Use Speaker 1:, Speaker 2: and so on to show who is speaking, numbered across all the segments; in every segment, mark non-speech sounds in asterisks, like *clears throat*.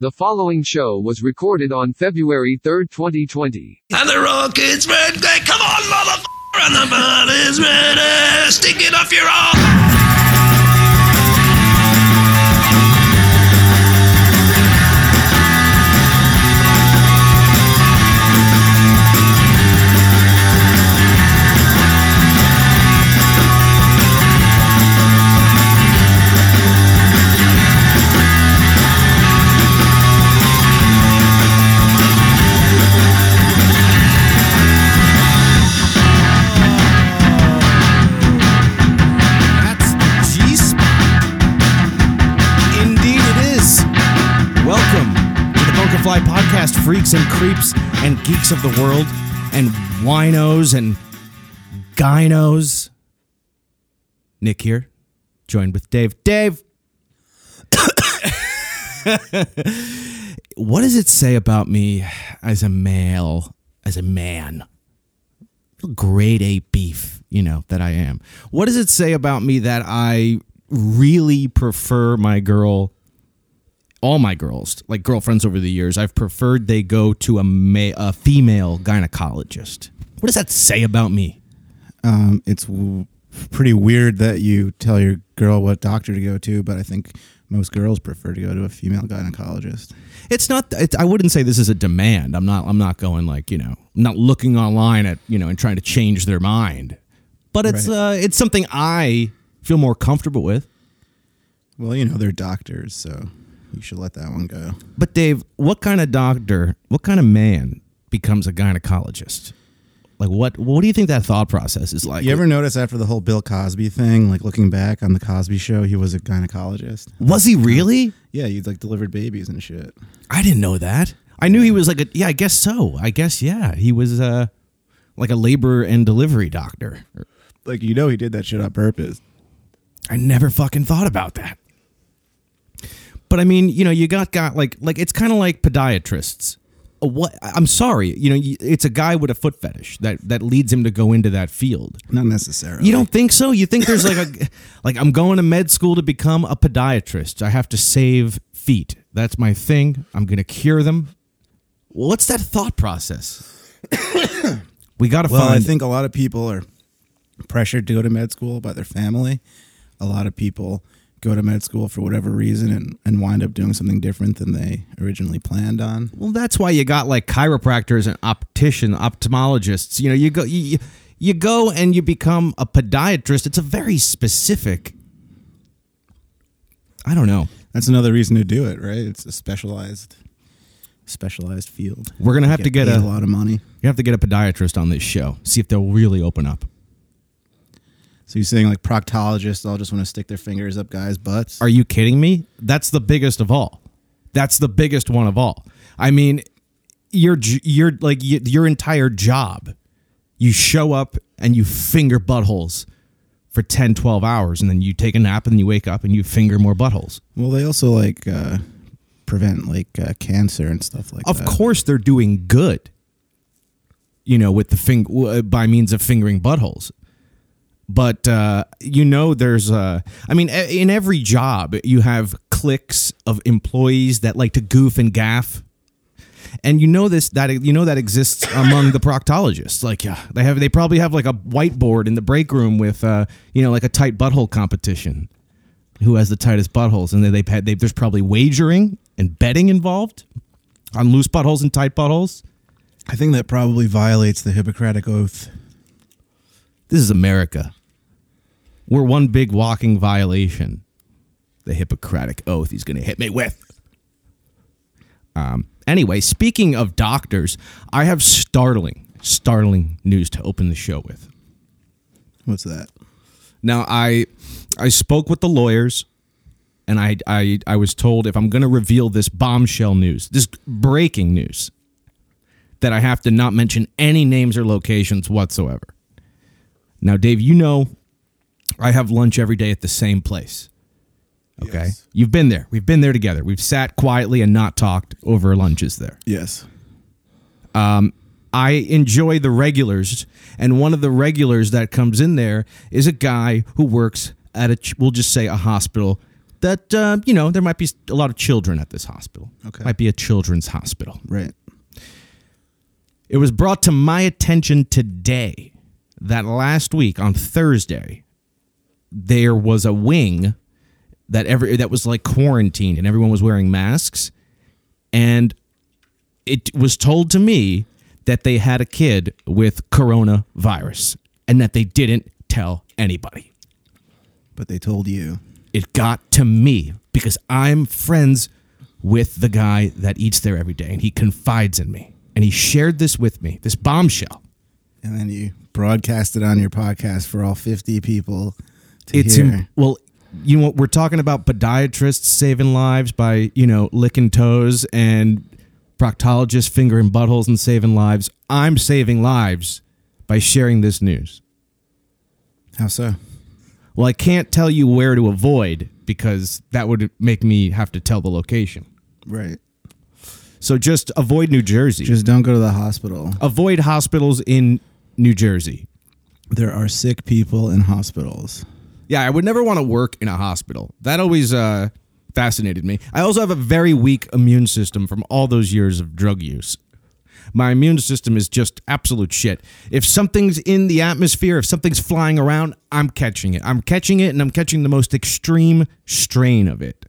Speaker 1: The following show was recorded on February 3, 2020.
Speaker 2: And the rocket's red, glare. come on, motherfucker! And the bird is ready, stick it off your arm!
Speaker 3: That's the G spot. Indeed, it is. Welcome to the Bunkerfly Podcast, freaks and creeps and geeks of the world, and winos and gynos. Nick here, joined with Dave. Dave, *coughs* what does it say about me as a male, as a man? grade A beef, you know, that I am. What does it say about me that I really prefer my girl, all my girls, like girlfriends over the years? I've preferred they go to a, ma- a female gynecologist. What does that say about me?
Speaker 4: Um, it's w- pretty weird that you tell your girl what doctor to go to, but I think most girls prefer to go to a female gynecologist.
Speaker 3: It's not. It, I wouldn't say this is a demand. I'm not. I'm not going like you know. I'm not looking online at you know and trying to change their mind. But it's uh, it's something I feel more comfortable with.
Speaker 4: Well, you know, they're doctors, so you should let that one go.
Speaker 3: But Dave, what kind of doctor, what kind of man becomes a gynecologist? Like what what do you think that thought process is like?
Speaker 4: You ever notice after the whole Bill Cosby thing, like looking back on the Cosby show, he was a gynecologist?
Speaker 3: was he really?
Speaker 4: Yeah, you like delivered babies and shit.
Speaker 3: I didn't know that. I knew he was like a yeah, I guess so. I guess yeah. He was uh like a labor and delivery doctor.
Speaker 4: Like, you know, he did that shit on purpose.
Speaker 3: I never fucking thought about that. But I mean, you know, you got got like like it's kind of like podiatrists. A What I'm sorry, you know, you- it's a guy with a foot fetish that that leads him to go into that field.
Speaker 4: Not necessarily.
Speaker 3: You don't think so? You think there's like a *laughs* like I'm going to med school to become a podiatrist. I have to save feet. That's my thing. I'm going to cure them. What's that thought process? *coughs* we got to
Speaker 4: Well,
Speaker 3: find
Speaker 4: I think a lot of people are pressured to go to med school by their family. A lot of people go to med school for whatever reason and, and wind up doing something different than they originally planned on.
Speaker 3: Well, that's why you got like chiropractors and optician ophthalmologists. You know, you go you, you- you go and you become a podiatrist. It's a very specific I don't know.
Speaker 4: That's another reason to do it, right? It's a specialized specialized field.
Speaker 3: We're going to have to get
Speaker 4: paid
Speaker 3: a
Speaker 4: a lot of money.
Speaker 3: you have to get a podiatrist on this show. See if they'll really open up.
Speaker 4: So you're saying like proctologists all just want to stick their fingers up guys' butts?
Speaker 3: Are you kidding me? That's the biggest of all. That's the biggest one of all. I mean, your j- your like y- your entire job. You show up and you finger buttholes for 10, 12 hours and then you take a nap and you wake up and you finger more buttholes.
Speaker 4: well, they also like uh, prevent like uh, cancer and stuff like
Speaker 3: Of
Speaker 4: that.
Speaker 3: course they're doing good. You know, with the fing- w- uh, by means of fingering buttholes. But uh, you know, there's uh, I mean, e- in every job you have cliques of employees that like to goof and gaff. and you know this that you know that
Speaker 4: *laughs*
Speaker 3: exists among the proctologists. Like yeah, they have they probably have like a whiteboard in the break room with uh, you know like a tight butthole competition. Who has the tightest buttholes? And they they've had they, there's probably wagering and betting involved on loose buttholes and tight buttholes.
Speaker 4: I think that probably violates the Hippocratic Oath.
Speaker 3: This is America. We're one big walking violation. The Hippocratic Oath he's going to hit me with. Um, anyway, speaking of doctors, I have startling, startling news to open the show with.
Speaker 4: What's that?
Speaker 3: Now, I I spoke with the lawyers, and I I, I was told if I'm going to reveal this bombshell news, this breaking news, that I have to not mention any names or locations whatsoever. Now, Dave, you know I have lunch every day at the same place. Okay, you've been there. We've been there together. We've sat quietly and not talked over lunches there.
Speaker 4: Yes.
Speaker 3: I enjoy the regulars, and one of the regulars that comes in there is a guy who works at a ch- we'll just say a hospital that uh, you know there might be a lot of children at this hospital.
Speaker 4: Okay.
Speaker 3: might be a children's hospital.
Speaker 4: Right.
Speaker 3: It was brought to my attention today that last week on Thursday there was a wing that every that was like quarantined and everyone was wearing masks and it was told to me that they had a kid with coronavirus and that they didn't tell anybody.
Speaker 4: But they told you.
Speaker 3: It got to me because I'm friends with the guy that eats there every day and he confides in me and he shared this with me, this bombshell.
Speaker 4: And then you broadcast it on your podcast for all 50 people to
Speaker 3: It's
Speaker 4: hear.
Speaker 3: im- well, you know, we're talking about podiatrists saving lives by, you know, licking toes and proctologists fingering buttholes and saving lives. I'm saving lives by sharing this news.
Speaker 4: How so?
Speaker 3: Well, I can't tell you where to avoid because that would make me have to tell the location.
Speaker 4: Right.
Speaker 3: So just avoid New Jersey.
Speaker 4: Just don't go to the hospital.
Speaker 3: avoid hospitals in New Jersey.
Speaker 4: There are sick people in hospitals.
Speaker 3: Yeah, I would never want to work in a hospital. That always uh, fascinated me. I also have a very weak immune system from all those years of drug use. My immune system is just absolute shit. If something's in the atmosphere, if something's flying around, I'm catching it. I'm catching it, and I'm catching the most extreme strain of it,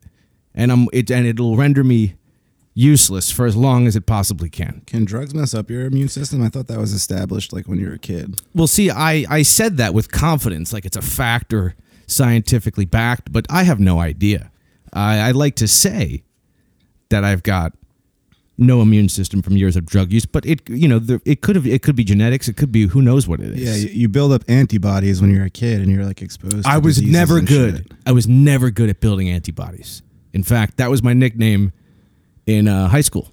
Speaker 3: and I'm it, and it'll render me useless for as long as it possibly can.
Speaker 4: Can drugs mess up your immune system? I thought that was established like when you were a kid.
Speaker 3: Well, see, I, I said that with confidence, like it's a fact or scientifically backed, but I have no idea. I, I like to say that I've got no immune system from years of drug use, but it you know the, it could have it could be genetics, it could be who knows what it is.
Speaker 4: Yeah, you, you build up antibodies when you're a kid and you're like exposed to
Speaker 3: I was
Speaker 4: diseases
Speaker 3: never
Speaker 4: and
Speaker 3: good.
Speaker 4: shit.
Speaker 3: I was never good at building antibodies. In fact, that was my nickname in uh, high school.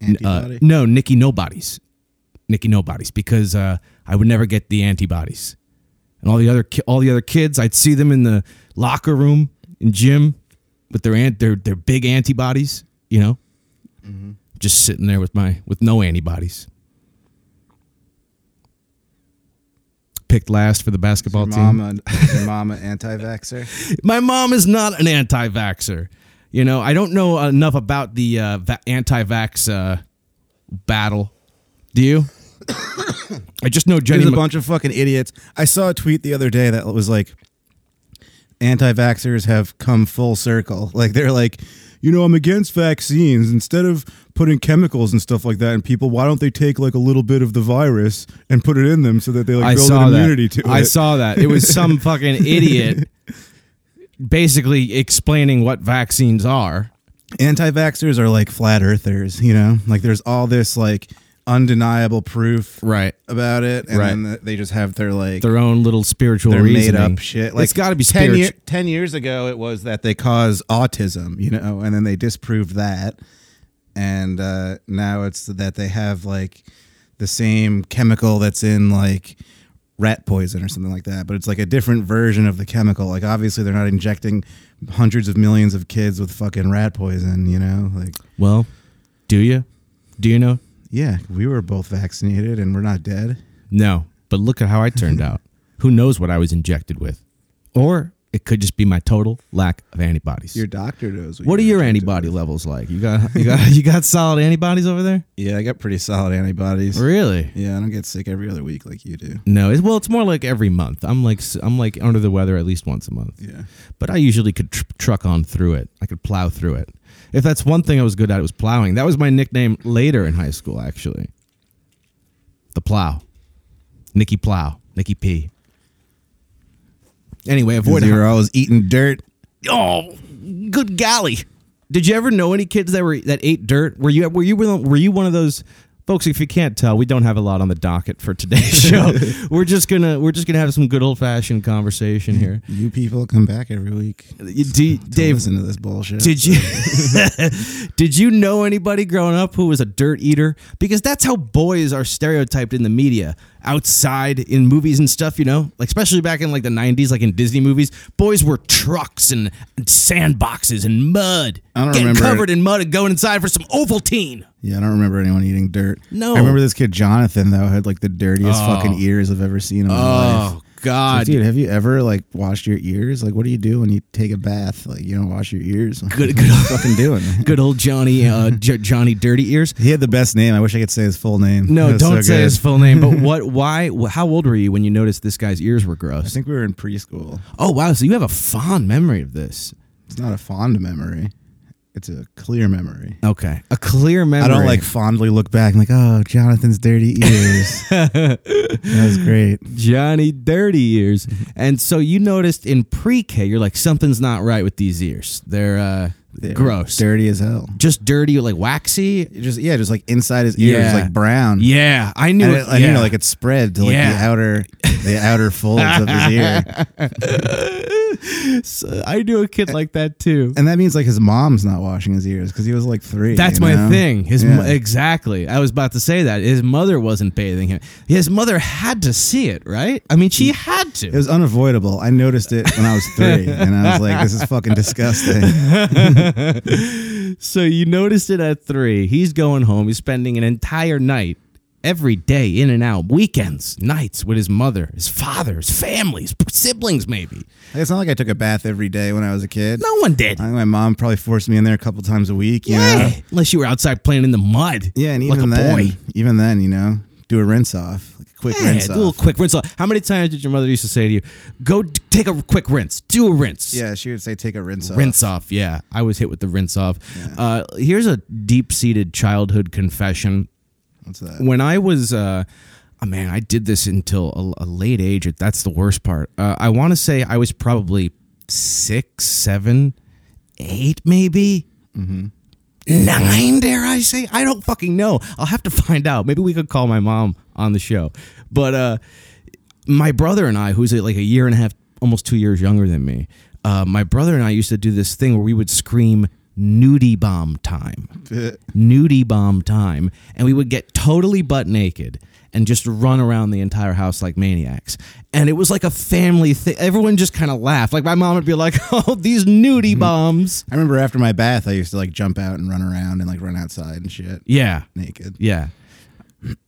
Speaker 3: N- uh,
Speaker 4: Antibody?
Speaker 3: no, Nicky Nobodies. Nicky Nobodies because uh, I would never get the antibodies. And all the other ki- all the other kids, I'd see them in the locker room in gym with their ant their their big antibodies, you know, just sitting there with my with no antibodies. Picked last for the basketball
Speaker 4: Your
Speaker 3: team.
Speaker 4: mama, your mama *laughs* anti-vaxxer.
Speaker 3: My mom is not an anti vaxxer. You know, I don't know enough about the uh, va- anti vax uh, battle. Do you? *coughs* I just know Jenny.
Speaker 4: There's a
Speaker 3: Mc-
Speaker 4: bunch of fucking idiots. I saw a tweet the other day that was like, anti-vaxxers have come full circle. *laughs* Like they're like, you know, I'm against vaccines. Instead of putting chemicals and stuff like that in people, why don't they take like a little bit of the virus and put it in them so that they like
Speaker 3: I
Speaker 4: build
Speaker 3: saw
Speaker 4: an
Speaker 3: that.
Speaker 4: immunity to it?
Speaker 3: I saw that. It was
Speaker 4: *laughs*
Speaker 3: some fucking idiot basically explaining what vaccines are.
Speaker 4: anti-vaxxers are like flat earthers. You know, like there's all this like undeniable proof
Speaker 3: Right.
Speaker 4: about it, and
Speaker 3: Right.
Speaker 4: then they just have their like
Speaker 3: Their own little spiritual
Speaker 4: they're made
Speaker 3: reasoning.
Speaker 4: up shit. Like
Speaker 3: it's got to be
Speaker 4: ten,
Speaker 3: spiritual.
Speaker 4: year, ten years ago, it was that they cause autism, you know, and then they disproved that, and uh, now it's that they have like the same chemical that's in like rat poison or something like that, but it's like a different version of the chemical. Like obviously, they're not injecting hundreds of millions of kids with fucking rat poison, you know, like.
Speaker 3: well, do you? Do you know?
Speaker 4: Yeah, we were both vaccinated and we're not dead.
Speaker 3: No, but look at how I turned *laughs* out. Who knows what I was injected with? Or it could just be my total lack of antibodies.
Speaker 4: Your doctor knows.
Speaker 3: what are
Speaker 4: you
Speaker 3: your
Speaker 4: were injected
Speaker 3: antibody levels like? You got you got you got solid antibodies over there?
Speaker 4: with. Yeah, I got pretty solid antibodies.
Speaker 3: Really?
Speaker 4: Yeah, I don't get sick every other week like you do.
Speaker 3: No, it, well, it's more like every month. I'm like s- I'm like under the weather at least once a month.
Speaker 4: Yeah.
Speaker 3: But I usually could tr- truck on through it. I could plow through it. If that's one thing I was good at, it was plowing. That was my nickname later in high school, actually. The plow, Nicky Plow, Nicky P. Anyway, avoid
Speaker 4: Because you were always eating dirt.
Speaker 3: Oh, good golly! Did you ever know any kids that were that ate dirt? Were you were you were you one of those folks? If you can't tell, we don't have a lot on the docket for today's *laughs* show. we're just gonna we're just gonna have some good old fashioned conversation here.
Speaker 4: You people come back every week. to
Speaker 3: You- D- Dave,
Speaker 4: listen to this bullshit.
Speaker 3: did you *laughs* did you know anybody growing up who was a dirt eater? Because that's how boys are stereotyped in the media, outside in movies and stuff. You know, like especially back in like the '90s, like in Disney movies, boys were trucks and, and sandboxes and mud.
Speaker 4: I don't
Speaker 3: getting
Speaker 4: remember-
Speaker 3: covered in mud and going inside for some Ovaltine.
Speaker 4: yeah, I don't remember anyone eating dirt.
Speaker 3: No.
Speaker 4: I remember this kid Jonathan though had like the dirtiest fucking ears I've ever seen in my life.
Speaker 3: Oh God.
Speaker 4: Dude, have you ever like washed your ears? Like, what do you do when you take a bath? Like, you don't wash your ears.
Speaker 3: Good-
Speaker 4: what are you fucking doing?
Speaker 3: *laughs* Good old Johnny, uh, J- Johnny Dirty Ears.
Speaker 4: He had the best name. I wish I could say his full name. *laughs* It
Speaker 3: No,
Speaker 4: was so
Speaker 3: don't say
Speaker 4: good.
Speaker 3: his full name.
Speaker 4: *laughs*
Speaker 3: But what? Why? wh- How old were you when you noticed this guy's ears were
Speaker 4: I
Speaker 3: gross?
Speaker 4: think we were in preschool.
Speaker 3: Oh wow! So you have a fond memory of this.
Speaker 4: It's not a fond memory. It's a clear memory.
Speaker 3: Okay, a clear memory.
Speaker 4: I don't like fondly look back and like, oh, Jonathan's dirty
Speaker 3: *laughs*
Speaker 4: ears. that was great.
Speaker 3: Johnny Dirty Ears.
Speaker 4: Mm-hmm.
Speaker 3: And so you noticed in pre-K, you're like something's not right with these ears. They're uh,
Speaker 4: They were
Speaker 3: gross.
Speaker 4: dirty as hell.
Speaker 3: Just dirty, like waxy.
Speaker 4: It just yeah, just like inside his ears,
Speaker 3: Yeah.
Speaker 4: like brown.
Speaker 3: Yeah, I knew
Speaker 4: and
Speaker 3: it.
Speaker 4: it, and,
Speaker 3: yeah.
Speaker 4: you know, like it spread to like
Speaker 3: Yeah.
Speaker 4: the outer, the outer folds of his
Speaker 3: *laughs*
Speaker 4: ear.
Speaker 3: *laughs* So I knew a kid like that too.
Speaker 4: And that means like his mom's not washing his ears because he was like three.
Speaker 3: That's
Speaker 4: you
Speaker 3: my
Speaker 4: know?
Speaker 3: thing. His
Speaker 4: Yeah.
Speaker 3: mo- exactly. I was about to say that his mother wasn't bathing him. His mother had to see it, right? I mean, she had to.
Speaker 4: Mm-hmm. It was unavoidable. I noticed it when I was
Speaker 3: *laughs*
Speaker 4: three, and I was like, "This is fucking disgusting."
Speaker 3: so you noticed it at three. He's going home. He's spending an entire night, every day, in and out, weekends, nights with his mother, his father, his family, his siblings, maybe.
Speaker 4: It's not like I took a bath every day when I was a kid.
Speaker 3: No one did.
Speaker 4: I think my mom probably forced me in there a couple times a week. You
Speaker 3: Yeah.
Speaker 4: know?
Speaker 3: Unless you were outside playing in the mud.
Speaker 4: Yeah, and
Speaker 3: like
Speaker 4: even
Speaker 3: a
Speaker 4: then,
Speaker 3: boy.
Speaker 4: even then, you know, do a rinse off, like a quick
Speaker 3: Yeah,
Speaker 4: rinse
Speaker 3: do
Speaker 4: off.
Speaker 3: a little quick rinse off. How many times did your mother used to say to you, "Go d- take a quick rinse, do a rinse"?
Speaker 4: yeah, she would say, "Take a rinse off."
Speaker 3: Rinse off, yeah. I was hit with the rinse off. Uh, here's a deep seated childhood confession.
Speaker 4: What's that? *laughs*
Speaker 3: When I was, uh, oh man, I did this until a, a late age. That's the worst part. Uh, I want to say I was probably six, seven, eight, maybe. Nine, dare I say? I don't fucking know. I'll have to *laughs* find out. Maybe we could call my mom on the show. But uh, my brother and I, who's uh, like a year and a half, almost two years younger than me, uh, my brother and I used to do this thing where we would scream nudie bomb time, nudie bomb time, and we would get totally butt naked and just run around the entire house like maniacs. And it was like a family thing. Everyone just kind of laughed. Like my mom would be like, *laughs* "Oh, these
Speaker 4: Mm-hmm.
Speaker 3: nudie bombs."
Speaker 4: I remember after my bath, I used to like jump out and run around and like run outside and shit
Speaker 3: Yeah,
Speaker 4: naked.
Speaker 3: yeah.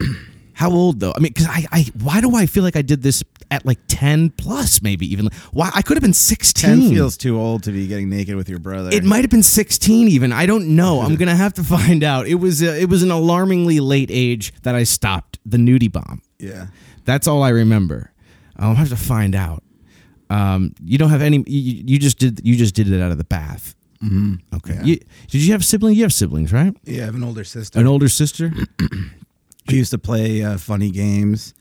Speaker 3: *clears throat* How old though? I mean, because I, I, why do I feel like I did this at like ten plus, maybe even? Why I could have been sixteen.
Speaker 4: Ten feels too old to be getting naked with your brother.
Speaker 3: It might have been 16 even. I don't know.
Speaker 4: *laughs*
Speaker 3: I'm going to have to find out. It was uh, it was an alarmingly late age that I stopped the nudie bomb.
Speaker 4: yeah.
Speaker 3: That's all I remember. I'll have to find out. Um, you don't have any you, you just did you just did it out of the bath. Mm-hmm. Okay. You- did you have siblings? You have siblings, right?
Speaker 4: Yeah, I have an older sister.
Speaker 3: An older sister?
Speaker 4: She used to play uh, funny games.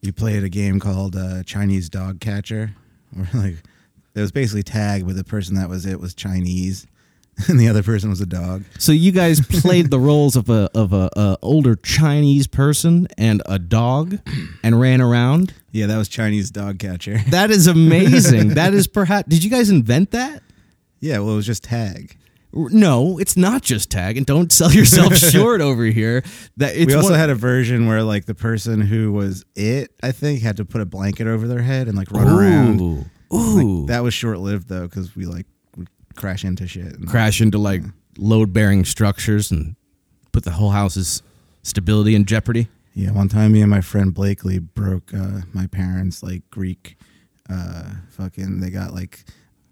Speaker 4: You played a game called uh, Chinese Dog Catcher, *laughs* where like it was basically tag, but the person that was it was Chinese, *laughs* and the other person was a dog.
Speaker 3: So you guys played the roles of a of a, a older Chinese person and a dog and ran around.
Speaker 4: Yeah, that was Chinese Dog Catcher.
Speaker 3: That is *laughs* amazing. that is perhaps Did you guys invent that?
Speaker 4: yeah, well, it was just tag.
Speaker 3: No, it's not just tag, and don't sell *laughs* yourself short over here. That it's
Speaker 4: we also
Speaker 3: one-
Speaker 4: had a version where like the person who was it, I think, had to put a blanket over their head and like run around.
Speaker 3: ooh, ooh,
Speaker 4: That was short lived though, because we like would crash into shit. And,
Speaker 3: crash into like load bearing structures and put the whole house's stability in jeopardy.
Speaker 4: Yeah, one time me and my friend Blakely broke uh, my parents like Greek uh, fucking they got like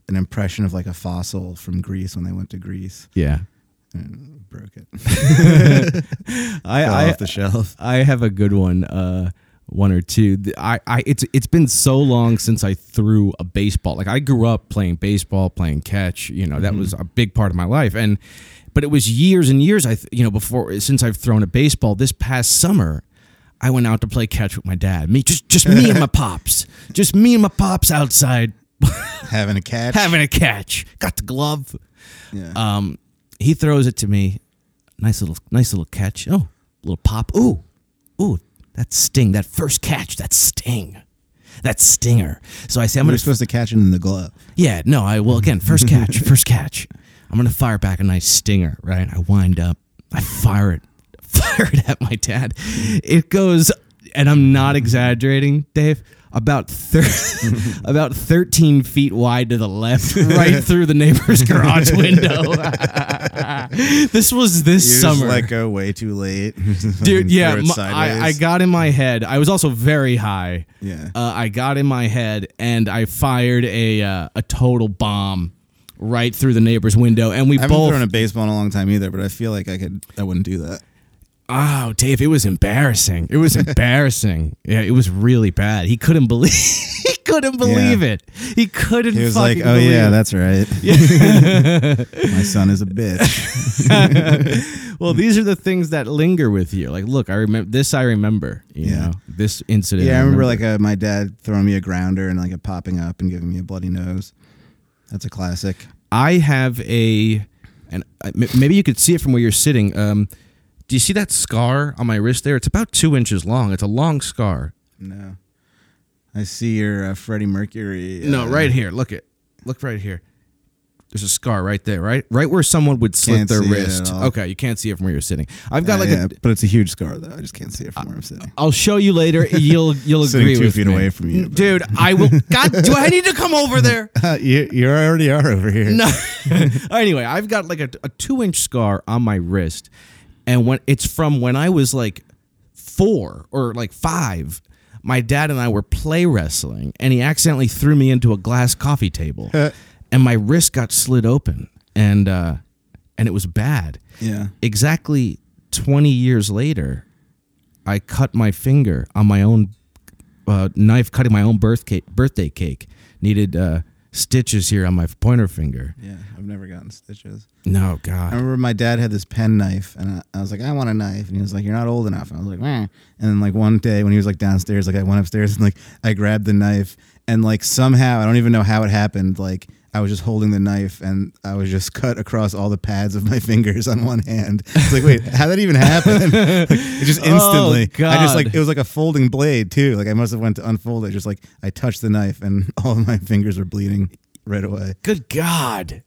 Speaker 4: an impression of like a fossil from Greece when they went to Greece
Speaker 3: Yeah,
Speaker 4: and broke it.
Speaker 3: *laughs* I,
Speaker 4: Fell
Speaker 3: I
Speaker 4: off the shelf.
Speaker 3: I have a good one, uh, one or two. The- I, I, it's it's been so long since I threw a baseball. Like I grew up playing baseball, playing catch. You know that was a big part of my life, and but it was years and years. I, th- you know, before since I've thrown a baseball. This past summer, I went out to play catch with my dad. Me, just just me and my pops. Just me and my pops outside *laughs*
Speaker 4: Having a catch.
Speaker 3: having a catch. Got the glove.
Speaker 4: Yeah.
Speaker 3: Um, he throws it to me. Nice little, nice little catch. Oh, little pop. Ooh, ooh, that sting. That first catch. That sting. That stinger. So I say, I'm
Speaker 4: You're
Speaker 3: gonna.
Speaker 4: supposed to catch it in the glove.
Speaker 3: Yeah, no, I well again, first
Speaker 4: *laughs*
Speaker 3: catch, first catch. I'm gonna fire back a nice stinger, right? I wind up, I fire it, *laughs* fire it at my dad. It goes, and I'm not exaggerating, Dave. About thir- *laughs* about
Speaker 4: *laughs*
Speaker 3: 13 feet wide to the left, right through the neighbor's garage window. *laughs* this was this
Speaker 4: You're just
Speaker 3: summer.
Speaker 4: like go way too late,
Speaker 3: *laughs*
Speaker 4: *laughs*
Speaker 3: Dude, yeah,
Speaker 4: Threw it
Speaker 3: my- I, I
Speaker 4: sideways.
Speaker 3: got in my head. I was also very high.
Speaker 4: Yeah.
Speaker 3: uh, I got in my head and I fired a uh, a total bomb right through the neighbor's window, and we
Speaker 4: I haven't
Speaker 3: both.
Speaker 4: thrown a baseball in a long time either, but I feel like I could. I wouldn't do that.
Speaker 3: oh, Dave, it was embarrassing. It
Speaker 4: *laughs*
Speaker 3: was embarrassing. Yeah, it was really bad. He couldn't believe. *laughs* he couldn't believe
Speaker 4: Yeah.
Speaker 3: it. He couldn't.
Speaker 4: He was like,
Speaker 3: fucking
Speaker 4: "Oh
Speaker 3: believe
Speaker 4: yeah,
Speaker 3: it."
Speaker 4: that's right.
Speaker 3: *laughs*
Speaker 4: my son is a bitch."
Speaker 3: Well, these are the things that linger with you. Like, look, I remember this. I remember. You
Speaker 4: Yeah.
Speaker 3: know, this incident.
Speaker 4: Yeah, I remember like uh my dad throwing me a grounder and like it popping up and giving me a bloody nose. That's a classic.
Speaker 3: I have a, and I- m- maybe you could see it from where you're sitting. Um, do you see that scar on my wrist there? It's about two inches long. It's a long scar.
Speaker 4: No, I see your uh, Freddie Mercury.
Speaker 3: No,
Speaker 4: uh,
Speaker 3: right here. Look it. Look right here. There's a scar right there, right, right where someone would slit
Speaker 4: Can't
Speaker 3: their
Speaker 4: see it at
Speaker 3: wrist.
Speaker 4: all.
Speaker 3: Okay, you can't see it from where you're sitting. I've
Speaker 4: Yeah,
Speaker 3: got like
Speaker 4: yeah,
Speaker 3: a.
Speaker 4: but it's a huge scar though. I just can't see it from where
Speaker 3: *laughs*
Speaker 4: I'm sitting.
Speaker 3: I'll show you later. You'll you'll
Speaker 4: *laughs* Sitting
Speaker 3: agree
Speaker 4: two
Speaker 3: with
Speaker 4: feet
Speaker 3: me.
Speaker 4: away from you, but-
Speaker 3: dude. I will. God, do I need to come over there?
Speaker 4: you you already are over here.
Speaker 3: No. *laughs* anyway, I've got like a, a two inch scar on my wrist, and when it's from when I was like four or like five, my dad and I were play wrestling, and he accidentally threw me into a glass coffee table, and my wrist got slid open, and uh, and it was bad.
Speaker 4: Yeah.
Speaker 3: Exactly twenty years later, I cut my finger on my own uh, knife cutting my own birth cake, birthday cake. Needed uh, stitches here on my pointer finger.
Speaker 4: Yeah, I've never gotten stitches.
Speaker 3: No,
Speaker 4: I
Speaker 3: God.
Speaker 4: remember my dad had this pen knife, and I, I was like, I want a knife, and he was like, You're not old enough. And I was like, Meh. and then like one day when he was like downstairs, like I went upstairs and like I grabbed the knife, and like somehow I don't even know how it happened. Like I was just holding the knife, and I was just *laughs* cut across all the pads of my fingers on one hand. It's like, wait, how did that even happen? *laughs* Like, it *laughs* just instantly. I just
Speaker 3: God.
Speaker 4: like it was like a folding blade too. Like I must have went to unfold it. Just like I touched the knife, and *laughs* all of my fingers were bleeding right away.
Speaker 3: Good God.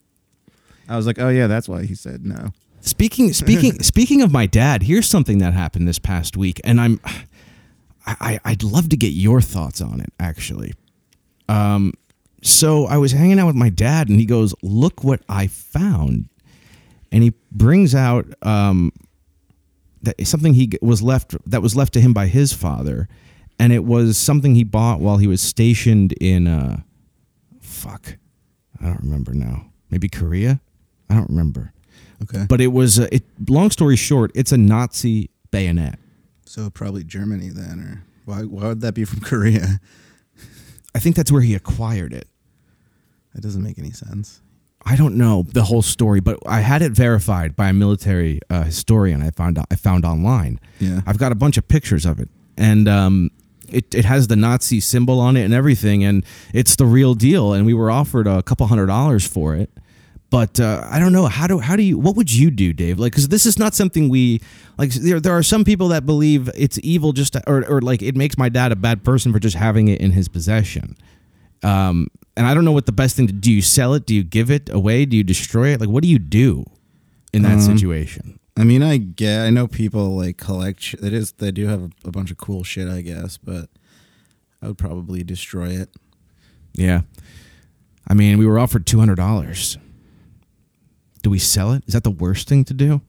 Speaker 4: I was like, Oh yeah, that's why he said no.
Speaker 3: Speaking speaking speaking of my dad, here's something that happened this past week, and I'm I, I- I'd love to get your thoughts on it, actually. Um so I was hanging out with my dad and he goes, Look what I found. And he brings out um that something he g- was left that was left to him by his father, and it was something he bought while he was stationed in uh fuck. I don't remember now. Maybe Korea? I don't remember.
Speaker 4: Okay.
Speaker 3: But it was uh, it. Long story short, it's a Nazi bayonet.
Speaker 4: So probably Germany then, or why? Why would that be from *laughs* Korea?
Speaker 3: I think that's where he acquired it.
Speaker 4: That doesn't make any sense.
Speaker 3: I don't know the whole story, but I had it verified by a military uh, historian. I found I found online.
Speaker 4: Yeah.
Speaker 3: I've got a bunch of pictures of it, and um, it it has the Nazi symbol on it and everything, and it's the real deal. And we were offered a couple hundred dollars for it, but uh, I don't know how do how do you what would you do, Dave? Like, because this is not something we like. There there are some people that believe it's evil, just to- or or like it makes my dad a bad person for just having it in his possession. Um, and I don't know what the best thing to do. You sell it? Do you give it away? Do you destroy it? Like, what do you do in that
Speaker 4: Mm-hmm.
Speaker 3: situation?
Speaker 4: I mean, I get. I know people like collect. Sh- it is. They do have a, a bunch of cool shit, I guess. But I would probably destroy it.
Speaker 3: Yeah. I mean, we were offered two hundred dollars. Do we sell it? Is that the worst thing to do?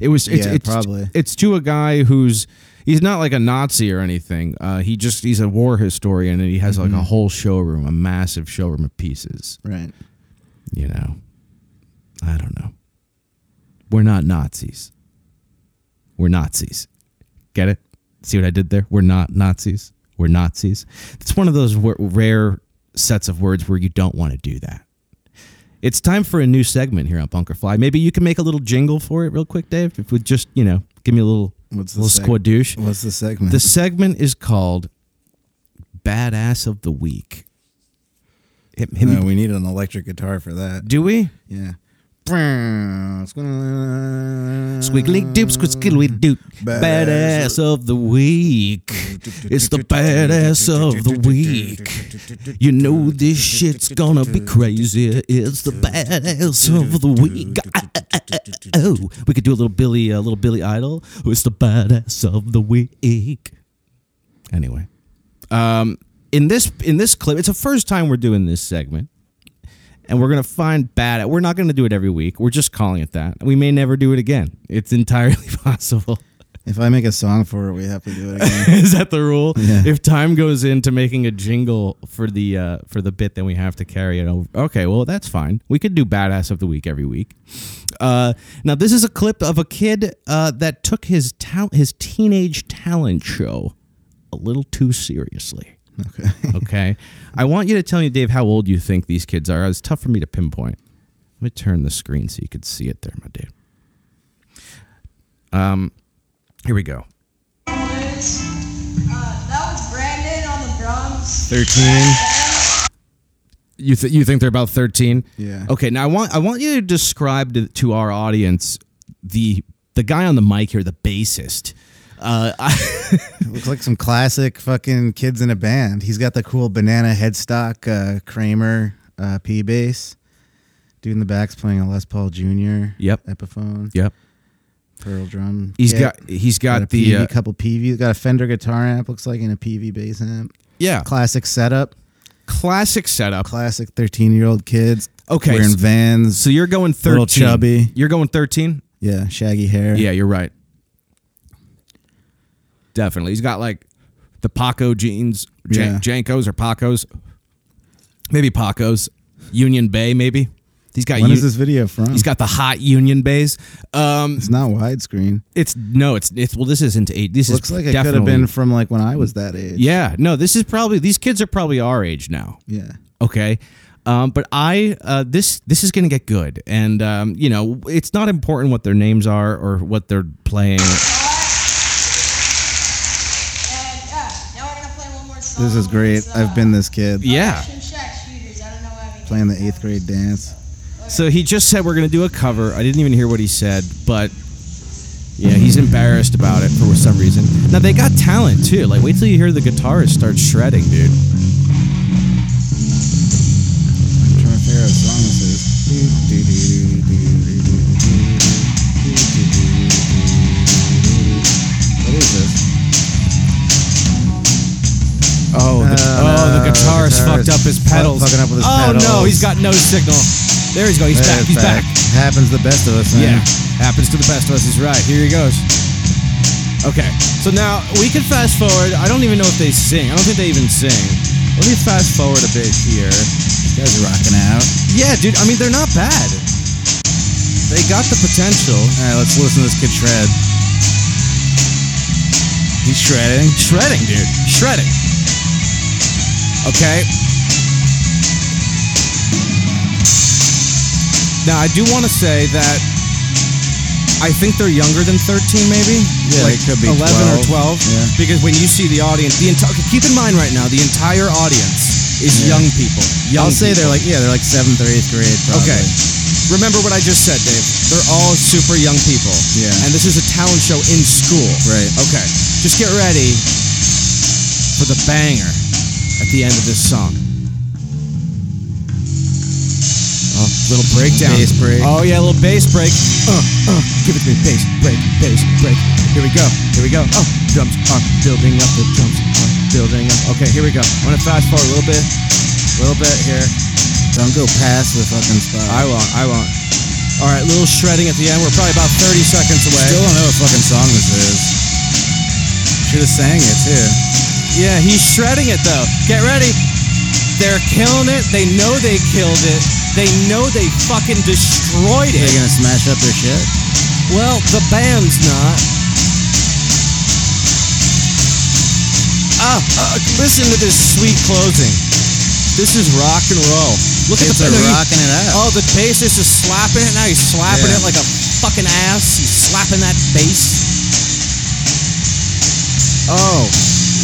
Speaker 3: It was. It's,
Speaker 4: Yeah,
Speaker 3: it's,
Speaker 4: probably.
Speaker 3: It's to a guy who's he's not like a Nazi or anything. Uh, he just he's a war historian and he has
Speaker 4: Mm-hmm.
Speaker 3: like a whole showroom, a massive showroom of pieces.
Speaker 4: Right.
Speaker 3: You know, I don't know. We're not Nazis. We're Nazis. Get it? See what I did there? We're not Nazis. We're Nazis. It's one of those w- rare sets of words where you don't want to do that. It's time for a new segment here on Bunker Fly. Maybe you can make a little jingle for it real quick, Dave. If we just, you know, give me a little,
Speaker 4: What's the
Speaker 3: little
Speaker 4: seg-
Speaker 3: squadouche.
Speaker 4: What's the segment?
Speaker 3: The segment is called Badass of the Week. Hit, hit
Speaker 4: No,
Speaker 3: me.
Speaker 4: Oh, we need an electric guitar for that.
Speaker 3: Do we?
Speaker 4: Yeah.
Speaker 3: Squiggly
Speaker 4: Squiggly
Speaker 3: dip, squiggly doop. Badass
Speaker 4: Badass
Speaker 3: of the week. It's the badass of the week. You know this shit's gonna be crazy. It's the badass of the week. Oh, we could do a little Billy, a little Billy Idol. It's the badass of the week. Anyway, um, in this in this clip, it's the first time we're doing this segment, and we're gonna find bad. We're not gonna do it every week. We're just calling it that. We may never do it again. It's entirely *laughs* possible.
Speaker 4: If I make a song for it, we have to do it
Speaker 3: *laughs*
Speaker 4: again.
Speaker 3: Is that the rule?
Speaker 4: Yeah.
Speaker 3: If time goes into making a jingle for the uh, for the bit, then we have to carry it over. Okay, well that's fine. We could do badass of the week every week. Uh, now this is a clip of a kid uh, that took his talent, his teenage talent show, a little too seriously.
Speaker 4: okay. *laughs*
Speaker 3: Okay, I want you to tell me, Dave, how old you think these kids are. It's tough for me to pinpoint. Let me turn the screen so you could see it there, my dude. Um, here we go.
Speaker 5: Uh, that was Brandon on the drums.
Speaker 4: Thirteen.
Speaker 3: You th- you think they're about thirteen?
Speaker 4: Yeah.
Speaker 3: Okay. Now I want I want you to describe to, to our audience the the guy on the mic here, the bassist. Uh, I, *laughs*
Speaker 4: Looks like some classic fucking kids in a band. He's got the cool banana headstock uh, Kramer uh, P bass. Dude in the back's playing a Les Paul Junior.
Speaker 3: Yep.
Speaker 4: Epiphone.
Speaker 3: yep.
Speaker 4: Pearl drum.
Speaker 3: He's
Speaker 4: kit.
Speaker 3: got he's got,
Speaker 4: Got a
Speaker 3: the
Speaker 4: PV,
Speaker 3: uh,
Speaker 4: couple PV. Got a Fender guitar amp. Looks like and a PV bass amp.
Speaker 3: yeah
Speaker 4: Classic setup.
Speaker 3: classic setup.
Speaker 4: Classic thirteen-year-old kids.
Speaker 3: Okay,
Speaker 4: Wearing
Speaker 3: so-
Speaker 4: Vans.
Speaker 3: so you're going thirteen.
Speaker 4: Little chubby.
Speaker 3: You're going thirteen.
Speaker 4: yeah. Shaggy hair.
Speaker 3: Yeah, you're right. Definitely, he's got like the Paco jeans, Jan-
Speaker 4: Yeah.
Speaker 3: Jankos or Pacos, maybe Pacos, Union Bay, maybe. He's got
Speaker 4: When
Speaker 3: u-
Speaker 4: is this video from?
Speaker 3: He's got the hot Union Bays. Um,
Speaker 4: It's not widescreen.
Speaker 3: it's no, it's it's well, this isn't eight. This
Speaker 4: Looks
Speaker 3: is
Speaker 4: like it could have
Speaker 3: definitely-
Speaker 4: been from like when I was that age.
Speaker 3: Yeah, no, this is probably these kids are probably our age now.
Speaker 4: Yeah.
Speaker 3: Okay. Um, but I uh, this this is gonna get good, and um, you know it's not important what their names are or what they're playing.
Speaker 5: And yeah, now we're gonna play one more song.
Speaker 4: This is great.
Speaker 5: It's, uh,
Speaker 4: I've been this kid.
Speaker 3: Yeah.
Speaker 5: Action Shack Shooters. I don't know why we-
Speaker 4: Playing the eighth grade dance.
Speaker 3: So he just said we're gonna do a cover. I didn't even hear what he said, but yeah, he's embarrassed about it for some reason. Now they got talent too. Like wait till you hear the guitarist start shredding, dude.
Speaker 4: I'm trying to figure out what song this is. What is this?
Speaker 3: Oh, the,
Speaker 4: Uh,
Speaker 3: oh, the guitarist
Speaker 4: guitarist
Speaker 3: fucked up his pedals.
Speaker 4: fucking up with his
Speaker 3: oh no,
Speaker 4: pedals.
Speaker 3: he's got no signal. There he's going. He's back.
Speaker 4: There's
Speaker 3: He's back.
Speaker 4: Happens to the best of us,
Speaker 3: Yeah,
Speaker 4: man.
Speaker 3: happens to the best of us. He's right. Here he goes. Okay, so now we can fast forward. I don't even know if they sing. I don't think they even sing. Let me fast forward a bit here.
Speaker 4: These guys are rocking out.
Speaker 3: Yeah, dude. I mean, they're not bad. They got the potential.
Speaker 4: All right, let's listen to this kid shred. He's shredding.
Speaker 3: Shredding, dude. Shredding. Okay. Now, I do want to say that I think they're younger than 13, maybe.
Speaker 4: Yeah,
Speaker 3: like
Speaker 4: they could be
Speaker 3: 11 or 12.
Speaker 4: 12, yeah.
Speaker 3: Because when you see the audience, the entire keep in mind right now, the entire audience is
Speaker 4: Yeah.
Speaker 3: young people. Young
Speaker 4: I'll say
Speaker 3: people.
Speaker 4: they're like, yeah, they're like seventh or eighth grade. Probably.
Speaker 3: Okay. Remember what I just said, Dave. They're all super young people.
Speaker 4: Yeah.
Speaker 3: And this is a talent show in school.
Speaker 4: Right.
Speaker 3: Okay. Just get ready for the banger at the end of this song. Oh, little breakdown.
Speaker 4: Bass break.
Speaker 3: Oh yeah, a little bass break. Uh, uh, give it to me. Bass break, bass break. Here we go. Here we go. Oh, drums are building up. The drums are building up. Okay, here we go. I'm gonna fast forward a little bit, a little bit here.
Speaker 4: Don't go past the fucking spot.
Speaker 3: I won't. I won't. All right, little shredding at the end. We're probably about 30 seconds away.
Speaker 4: Still don't know what fucking song this is. Should have sang it too.
Speaker 3: yeah, he's shredding it though. Get ready. They're killing it. They know they killed it. They know they fucking destroyed
Speaker 4: They're
Speaker 3: it.
Speaker 4: gonna smash up their shit.
Speaker 3: Well, the band's not. Ah, uh, listen to this sweet closing. This is rock and roll. Look
Speaker 4: Kids
Speaker 3: at
Speaker 4: are
Speaker 3: the no, he-
Speaker 4: rocking it
Speaker 3: Oh,
Speaker 4: out.
Speaker 3: the bassist is slapping it now. He's slapping
Speaker 4: Yeah.
Speaker 3: it like a fucking ass. He's slapping that bass. Oh,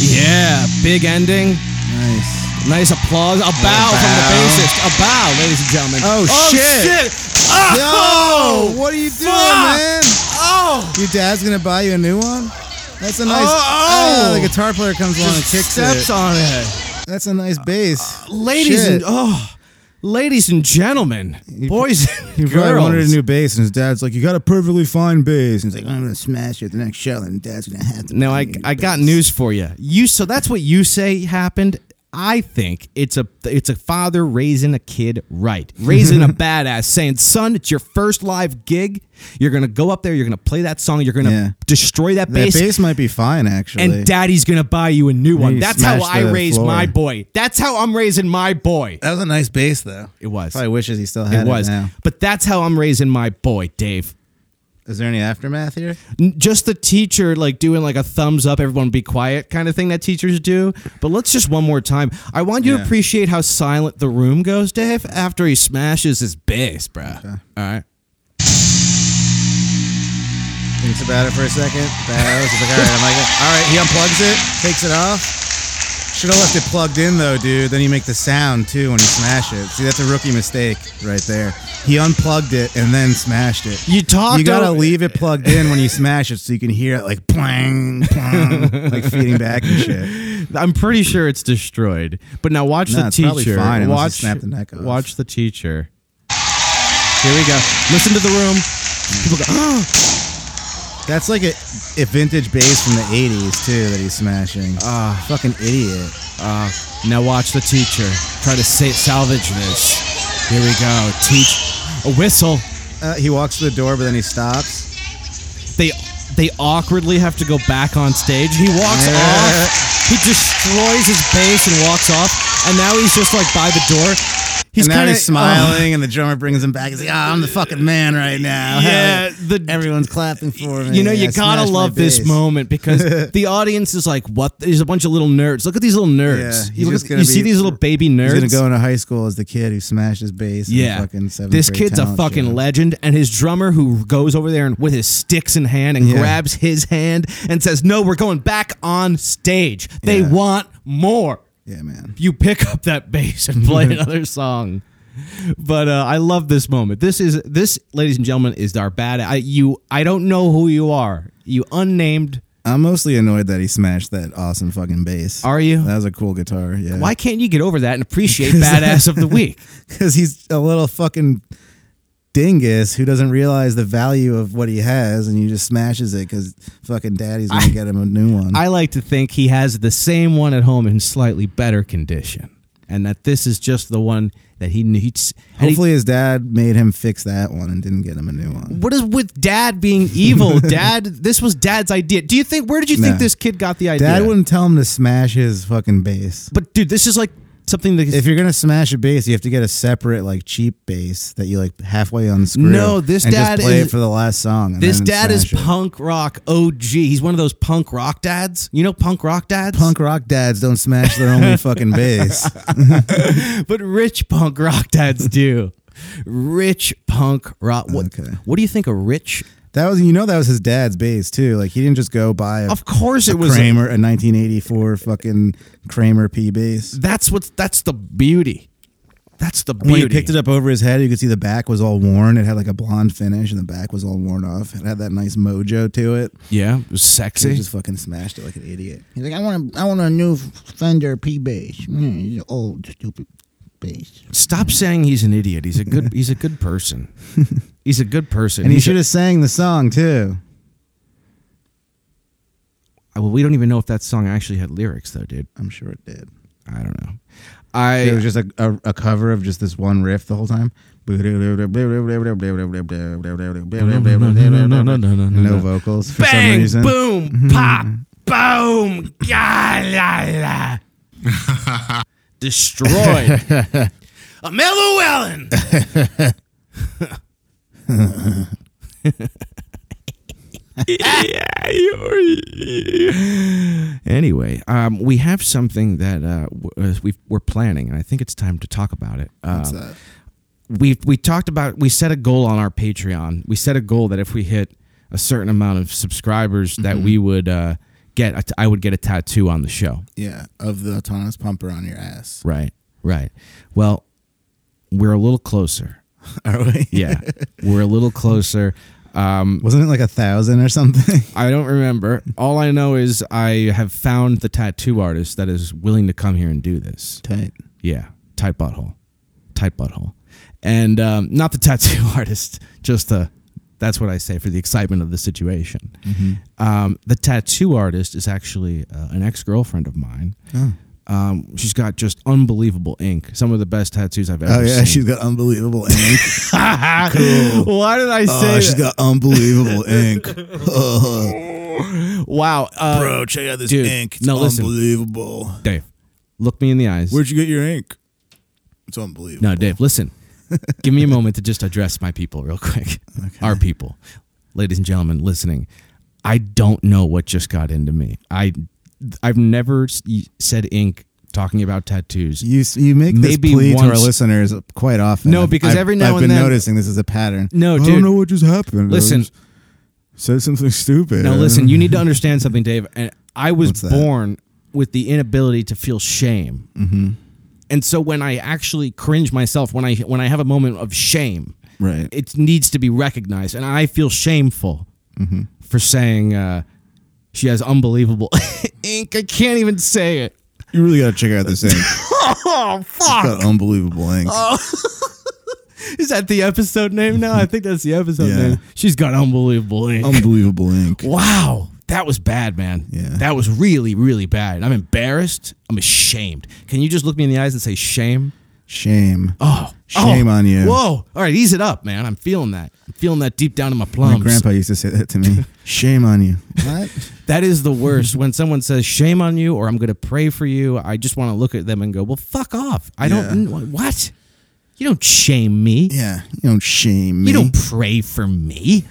Speaker 3: yeah. Big ending.
Speaker 4: Nice.
Speaker 3: Nice applause. A bow, from the
Speaker 4: bow.
Speaker 3: bassist. A bow, ladies and gentlemen.
Speaker 4: Oh, shit.
Speaker 3: *laughs* Oh,
Speaker 4: what are you doing,
Speaker 3: fuck.
Speaker 4: man?
Speaker 3: Oh!
Speaker 4: Your dad's gonna buy you a new one. That's a nice.
Speaker 3: Oh, oh.
Speaker 4: Ah, the guitar player comes along and
Speaker 3: Just
Speaker 4: kicks
Speaker 3: steps
Speaker 4: it.
Speaker 3: on it. Uh,
Speaker 4: That's a nice bass.
Speaker 3: Ladies
Speaker 4: Shit.
Speaker 3: and oh, ladies and gentlemen, boys
Speaker 4: He
Speaker 3: and
Speaker 4: probably
Speaker 3: oh, girls.
Speaker 4: wanted a new bass, and his dad's like, "You got a perfectly fine bass." And he's like, "I'm gonna smash it at the next show, and dad's gonna have to."
Speaker 3: No,
Speaker 4: buy
Speaker 3: I,
Speaker 4: me a new
Speaker 3: I got
Speaker 4: bass."
Speaker 3: news for you. You so that's what you say happened. I think it's a it's a father raising a kid
Speaker 4: *laughs*
Speaker 3: right, raising a badass, saying, "Son, it's your first live gig. You're gonna go up there. You're gonna play that song. You're gonna
Speaker 4: Yeah.
Speaker 3: destroy that
Speaker 4: That
Speaker 3: bass,
Speaker 4: bass might be fine, actually.
Speaker 3: and Daddy's gonna buy you a new one."
Speaker 4: you
Speaker 3: That's how
Speaker 4: smash
Speaker 3: I
Speaker 4: the
Speaker 3: raise
Speaker 4: floor.
Speaker 3: my boy. That's how I'm raising my boy.
Speaker 4: that was a nice bass, though.
Speaker 3: It was.
Speaker 4: Probably wishes he still had
Speaker 3: It
Speaker 4: it.
Speaker 3: was,
Speaker 4: now.
Speaker 3: but that's how I'm raising my boy, Dave.
Speaker 4: Is there any aftermath here?
Speaker 3: N- Just the teacher like doing like a thumbs up, everyone be quiet kind of thing that teachers do. But let's just one more time. I want you to
Speaker 4: Yeah.
Speaker 3: appreciate how silent the room goes, Dave, after he smashes his bass, bruh. All right.
Speaker 4: Thinks about it for a second. Bows. He's like, all right, I'm like, all right. He unplugs it, takes it off. Should have left it plugged in though, dude. Then you make the sound too when you smash it. See, that's a rookie mistake right there. He unplugged it and then smashed it.
Speaker 3: You talked
Speaker 4: You gotta
Speaker 3: over-
Speaker 4: leave it plugged in when you smash it, so you can hear it like plang, plang, like feeding back and shit.
Speaker 3: I'm pretty sure it's destroyed. But now watch
Speaker 4: No,
Speaker 3: the
Speaker 4: it's probably
Speaker 3: teacher.
Speaker 4: fine unless you
Speaker 3: watch
Speaker 4: snap the neck off.
Speaker 3: Watch the teacher. Here we go. Listen to the room. People go, oh,
Speaker 4: That's like a, a vintage bass from the '80s too that he's smashing.
Speaker 3: Uh,
Speaker 4: Ah, fucking idiot.
Speaker 3: Ah, Now watch the teacher try to sa- salvage this. Here we go. Teach a whistle.
Speaker 4: Uh, he walks to the door, but then he stops.
Speaker 3: They they awkwardly have to go back on stage. He walks
Speaker 4: Yeah.
Speaker 3: off. He destroys his bass and walks off. And now he's just like by the door. He's uh,
Speaker 4: and now
Speaker 3: kind of
Speaker 4: he's smiling, and the drummer brings him back. He's like, "Oh, I'm the fucking man right now."
Speaker 3: Yeah,
Speaker 4: Hell,
Speaker 3: the-
Speaker 4: everyone's clapping for me.
Speaker 3: you know, you
Speaker 4: I
Speaker 3: gotta
Speaker 4: smashed my
Speaker 3: love this
Speaker 4: bass."
Speaker 3: moment
Speaker 4: *laughs*
Speaker 3: because the audience is like, "What?" There's a bunch of little nerds. Look at these little nerds.
Speaker 4: Yeah, he's
Speaker 3: you look
Speaker 4: just
Speaker 3: at-
Speaker 4: gonna
Speaker 3: you see
Speaker 4: be-
Speaker 3: these little baby
Speaker 4: He's
Speaker 3: nerds.
Speaker 4: gonna go into high school as the kid who smashed his bass. in
Speaker 3: Yeah,
Speaker 4: fucking seventh
Speaker 3: this
Speaker 4: grade
Speaker 3: kid's a
Speaker 4: talent
Speaker 3: fucking
Speaker 4: show.
Speaker 3: legend, and his drummer who goes over there and with his sticks in hand and
Speaker 4: Yeah.
Speaker 3: grabs his hand and says, "No, we're going back on stage. They
Speaker 4: Yeah.
Speaker 3: want more."
Speaker 4: Yeah, man.
Speaker 3: You pick up that bass and
Speaker 4: Mm-hmm.
Speaker 3: play another song. But uh, I love this moment. This is this, ladies and gentlemen, is our bad. I, you, I don't know who you are. You unnamed.
Speaker 4: I'm mostly annoyed that he smashed that awesome fucking bass.
Speaker 3: Are you?
Speaker 4: That was a cool guitar. Yeah. *laughs*
Speaker 3: Why can't you get over that and appreciate badass of the week?
Speaker 4: Because he's a little fucking dingus who doesn't realize the value of what he has, and he just smashes it because fucking daddy's gonna get him a new one.
Speaker 3: I like to think he has the same one at home in slightly better condition, and that this is just the one that he needs. And he-
Speaker 4: Hopefully, his dad made him fix that one and didn't get him a new one.
Speaker 3: what is with dad being
Speaker 4: *laughs*
Speaker 3: evil? dad, this was dad's idea. Do you think? Where did you think
Speaker 4: No.
Speaker 3: this kid got the idea?
Speaker 4: Dad wouldn't tell him to smash his fucking bass.
Speaker 3: But dude, this is like something that.
Speaker 4: If you're gonna smash a bass, you have to get a separate like cheap bass that you like halfway unscrew.
Speaker 3: No, this
Speaker 4: and
Speaker 3: dad
Speaker 4: just play
Speaker 3: is-
Speaker 4: it for the last song. and
Speaker 3: this
Speaker 4: then
Speaker 3: dad is
Speaker 4: smash it.
Speaker 3: punk rock OG. He's one of those punk rock dads. You know punk rock dads?
Speaker 4: Punk rock dads don't smash their
Speaker 3: *laughs*
Speaker 4: only fucking bass.
Speaker 3: but rich punk rock
Speaker 4: *laughs*
Speaker 3: dads do. rich punk rock. What,
Speaker 4: Okay.
Speaker 3: what do you think a rich
Speaker 4: That was you know that was his dad's bass too. Like he didn't just go buy a,
Speaker 3: Of course it was a-
Speaker 4: Kramer a 1984 fucking Kramer P bass.
Speaker 3: That's what's that's the beauty. That's the
Speaker 4: When
Speaker 3: beauty.
Speaker 4: he picked it up over his head, you could see the back was all worn. It had like a blonde finish, and the back was all worn off. It had that nice mojo to it.
Speaker 3: Yeah, it was
Speaker 4: He
Speaker 3: sexy.
Speaker 4: just fucking smashed it like an idiot.
Speaker 6: He's like, I want a, I want a new Fender P bass. Mm, he's an old stupid bass.
Speaker 3: Stop saying he's an idiot. He's a good he's a good person. He's a good person.
Speaker 4: And he
Speaker 3: He's
Speaker 4: should
Speaker 3: a-
Speaker 4: have sang the song too.
Speaker 3: Well, we don't even know if that song actually had lyrics though, dude.
Speaker 4: I'm sure it did.
Speaker 3: I don't know. I
Speaker 4: It was just a, a, a cover of just this one riff the whole time. No vocals for some
Speaker 3: bang
Speaker 4: reason.
Speaker 3: boom pop boom ga la la destroyed. Amel Llewellyn. *laughs* anyway, um, we have something that uh, w- uh, we've, we're planning, and I think it's time to talk about it. Um, we we talked about we set a goal on our Patreon. We set a goal that if we hit a certain amount of subscribers, that we would uh, get a t- I would get a tattoo on the show.
Speaker 4: Yeah, of the autonomous pumper on your ass. *laughs*
Speaker 3: Right, right. Well, we're a little closer.
Speaker 4: Are we?
Speaker 3: Yeah, we're a little closer. Um,
Speaker 4: *laughs* Wasn't it like a thousand or something? *laughs*
Speaker 3: I don't remember. All I know is I have found the tattoo artist that is willing to come here and do this.
Speaker 4: Tight.
Speaker 3: Yeah, tight butthole, tight butthole, and um, not the *laughs* tattoo artist. Just the that's what I say for the excitement of the situation.
Speaker 7: Mm-hmm. Oh.
Speaker 3: Um, the tattoo artist is actually uh, an ex girlfriend of mine Um, she's got just unbelievable ink. Some of the best tattoos I've ever
Speaker 7: Oh yeah,
Speaker 3: seen.
Speaker 7: she's got unbelievable
Speaker 4: *laughs*
Speaker 7: ink.
Speaker 3: *laughs* Why did I say
Speaker 7: Oh, she's got unbelievable ink.
Speaker 3: that? Wow, uh,
Speaker 7: Bro, check out this
Speaker 3: Dude,
Speaker 7: ink. It's
Speaker 3: no, listen.
Speaker 7: unbelievable.
Speaker 3: Dave, look me in the eyes.
Speaker 7: Where'd you get your ink? It's unbelievable.
Speaker 3: No, Dave,
Speaker 4: *laughs*
Speaker 3: listen. Give me a moment to just address my people real quick. Our people. Ladies and gentlemen listening, I don't know what just got into me. I I've never s- said ink talking about tattoos.
Speaker 4: You you make
Speaker 3: Maybe
Speaker 4: this plea to our
Speaker 3: once-
Speaker 4: listeners quite often.
Speaker 3: No, because
Speaker 4: I've-
Speaker 3: every now
Speaker 4: I've
Speaker 3: and
Speaker 4: been
Speaker 3: then-
Speaker 4: noticing this is a pattern.
Speaker 3: No,
Speaker 7: I
Speaker 3: dude.
Speaker 7: don't know what just happened. I
Speaker 3: Listen.
Speaker 7: just said something stupid.
Speaker 3: Now listen, you need
Speaker 4: *laughs*
Speaker 3: to understand something, Dave. And I was
Speaker 4: that?
Speaker 3: born with the inability to feel shame,
Speaker 4: Mm-hmm.
Speaker 3: and so when I actually cringe myself, when I when I have a moment of shame,
Speaker 7: Right.
Speaker 3: it needs to be recognized, and I feel shameful
Speaker 4: Mm-hmm.
Speaker 3: for saying uh, she has unbelievable *laughs* ink. I can't even say it.
Speaker 7: You really gotta check out this
Speaker 3: *laughs*
Speaker 7: ink. oh fuck! It's got unbelievable ink.
Speaker 3: Oh. Is that the episode name now? I think that's the episode
Speaker 7: Yeah.
Speaker 3: name. She's got unbelievable
Speaker 4: Um,
Speaker 3: ink.
Speaker 7: Unbelievable ink.
Speaker 3: Oh. Wow, that was bad, man.
Speaker 7: Yeah.
Speaker 3: That was really, really bad. I'm embarrassed. I'm ashamed. Can you just look me in the eyes and say shame?
Speaker 4: Shame.
Speaker 3: Oh,
Speaker 4: Shame
Speaker 3: oh,
Speaker 4: on you.
Speaker 3: Whoa. All right, ease it up, man. I'm feeling that. I'm feeling that deep down in my
Speaker 4: My
Speaker 3: plums.
Speaker 4: grandpa used to say that
Speaker 3: *laughs*
Speaker 4: to me. Shame on you.
Speaker 6: What?
Speaker 3: That is the
Speaker 4: *laughs*
Speaker 3: worst when someone says shame on you or I'm going to pray for you. I just want to look at them and go, "Well, fuck off. I don't what? You don't shame me.
Speaker 4: Yeah, you don't shame me.
Speaker 3: You don't pray for
Speaker 4: *laughs*
Speaker 3: me.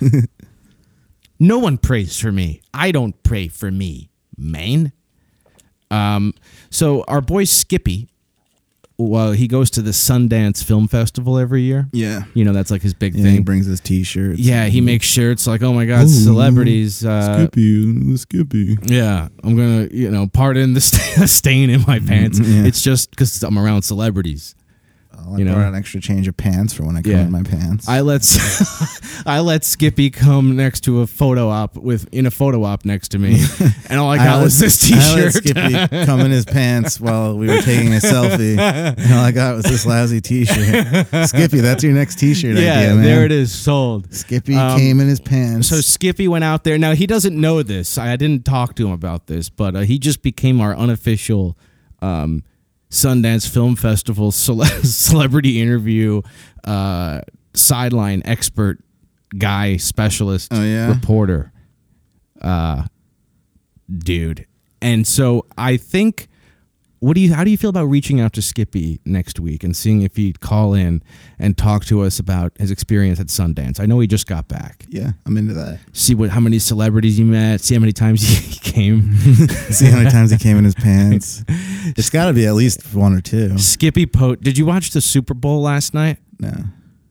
Speaker 3: no one prays for me. I don't pray for me, man. Um, so our boy Skippy, well, he goes to the Sundance Film Festival every year.
Speaker 4: Yeah.
Speaker 3: You know, that's like his big
Speaker 4: Yeah, he
Speaker 3: thing.
Speaker 4: brings his T-shirts.
Speaker 3: yeah, he makes shirts like, oh my God, celebrities. Uh,
Speaker 7: Skippy, Skippy.
Speaker 3: yeah, I'm going to, you know, pardon the st- *laughs* stain in
Speaker 4: Mm,
Speaker 3: my pants. It's just because I'm around celebrities.
Speaker 4: I'll
Speaker 3: you know.
Speaker 4: brought an extra change of pants for when I come
Speaker 3: Yeah.
Speaker 4: in my pants.
Speaker 3: I let S- *laughs* I let Skippy come next to a photo op with in a photo op next to
Speaker 4: *laughs*
Speaker 3: me, and all I got
Speaker 4: let-
Speaker 3: was this
Speaker 4: I
Speaker 3: *laughs* T-shirt.
Speaker 4: let Skippy come in his pants while we were taking
Speaker 3: *laughs*
Speaker 4: a selfie, and all I got was this lousy T-shirt. Skippy, that's your next T-shirt
Speaker 3: *laughs* yeah,
Speaker 4: idea, man.
Speaker 3: there it is, sold.
Speaker 4: Skippy
Speaker 3: Um,
Speaker 4: came in his pants.
Speaker 3: So Skippy went out there. Now he doesn't know this. I, I didn't talk to him about this, but uh, he just became our unofficial um, Sundance Film Festival cele- *laughs* celebrity interview uh, sideline expert guy specialist
Speaker 4: Oh, yeah?
Speaker 3: reporter uh, dude. And so I think. What do you? How do you feel about reaching out to Skippy next week and seeing if he'd call in and talk to us about his experience at Sundance? I know he just got back
Speaker 4: yeah, I'm into that.
Speaker 3: see what how many celebrities you met, see how many times *laughs* he came.
Speaker 4: See how many times he came in
Speaker 3: *laughs*
Speaker 4: his pants. It's got to be at least one or two.
Speaker 3: Skippy Pote, did you watch the Super Bowl last night?
Speaker 4: No,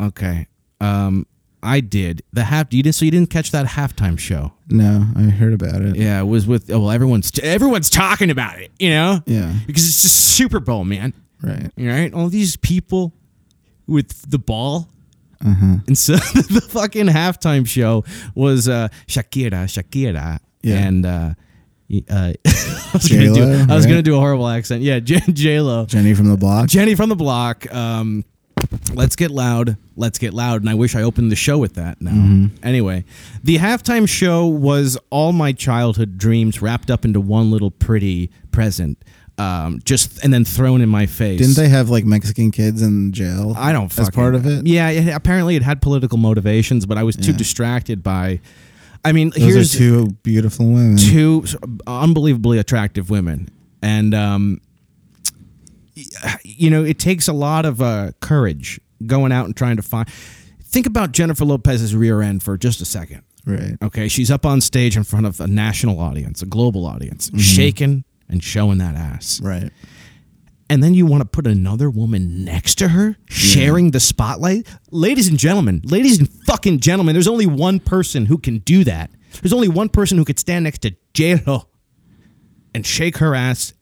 Speaker 3: Okay, um, I did. The half you did so you didn't catch that halftime show.
Speaker 4: no, I heard about it.
Speaker 3: Yeah, it was with oh, well everyone's everyone's talking about it, you know?
Speaker 4: Yeah.
Speaker 3: because it's just Super Bowl, man.
Speaker 4: Right.
Speaker 3: Right, all these people with the ball.
Speaker 4: Mm-hmm.
Speaker 3: *laughs* And so the fucking halftime show was uh, Shakira, Shakira,
Speaker 4: Yeah.
Speaker 3: and uh, y- uh, *laughs* I was gonna do
Speaker 4: J-Lo,
Speaker 3: I was gonna
Speaker 4: right?
Speaker 3: do a horrible accent. Yeah, J- *laughs* J-Lo.
Speaker 4: Jenny from the block.
Speaker 3: Jenny from the block. Um, let's get loud. Let's get loud. And I wish I opened the show with that now.
Speaker 4: Mm-hmm.
Speaker 3: Anyway, the halftime show was all my childhood dreams wrapped up into one little pretty present. Um, just and then thrown in my face.
Speaker 4: Didn't they have like Mexican kids in jail?
Speaker 3: I don't.
Speaker 4: as
Speaker 3: Fucking,
Speaker 4: part of it.
Speaker 3: Yeah. It, apparently, it had political motivations, but I was too distracted by. I mean, here's
Speaker 4: Those are two beautiful women.
Speaker 3: two unbelievably attractive women, and um, you know, it takes a lot of uh, courage going out and trying to find. Think about Jennifer Lopez's rear end for just a second.
Speaker 4: Right.
Speaker 3: Okay, she's up on stage in front of a national audience, a global audience,
Speaker 4: Mm-hmm.
Speaker 3: shaking and showing that ass
Speaker 4: Right.
Speaker 3: and then you want to put another woman next to her sharing the spotlight ladies and gentlemen ladies and fucking gentlemen there's only one person who can do that there's only one person who could stand next to j-lo and shake her ass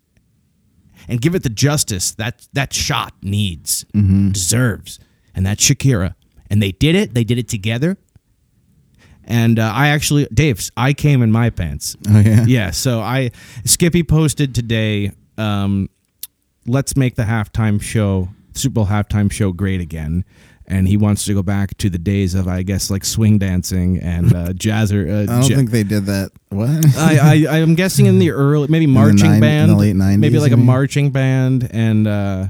Speaker 3: and give it the justice that that shot needs deserves and that's shakira and they did it they did it together and uh, i actually dave's i came in my pants
Speaker 4: Oh yeah.
Speaker 3: yeah so i skippy posted today um let's make the halftime show super bowl halftime show great again and he wants to go back to the days of, I guess, like swing dancing and
Speaker 4: *laughs*
Speaker 3: uh, jazz or uh,
Speaker 4: I don't
Speaker 3: ja-
Speaker 4: think they did that. What?
Speaker 3: I, I I'm guessing
Speaker 4: *laughs*
Speaker 3: in the early maybe marching
Speaker 4: nine- in
Speaker 3: band,
Speaker 4: the late 90s,
Speaker 3: maybe like a
Speaker 4: maybe?
Speaker 3: marching band, and uh,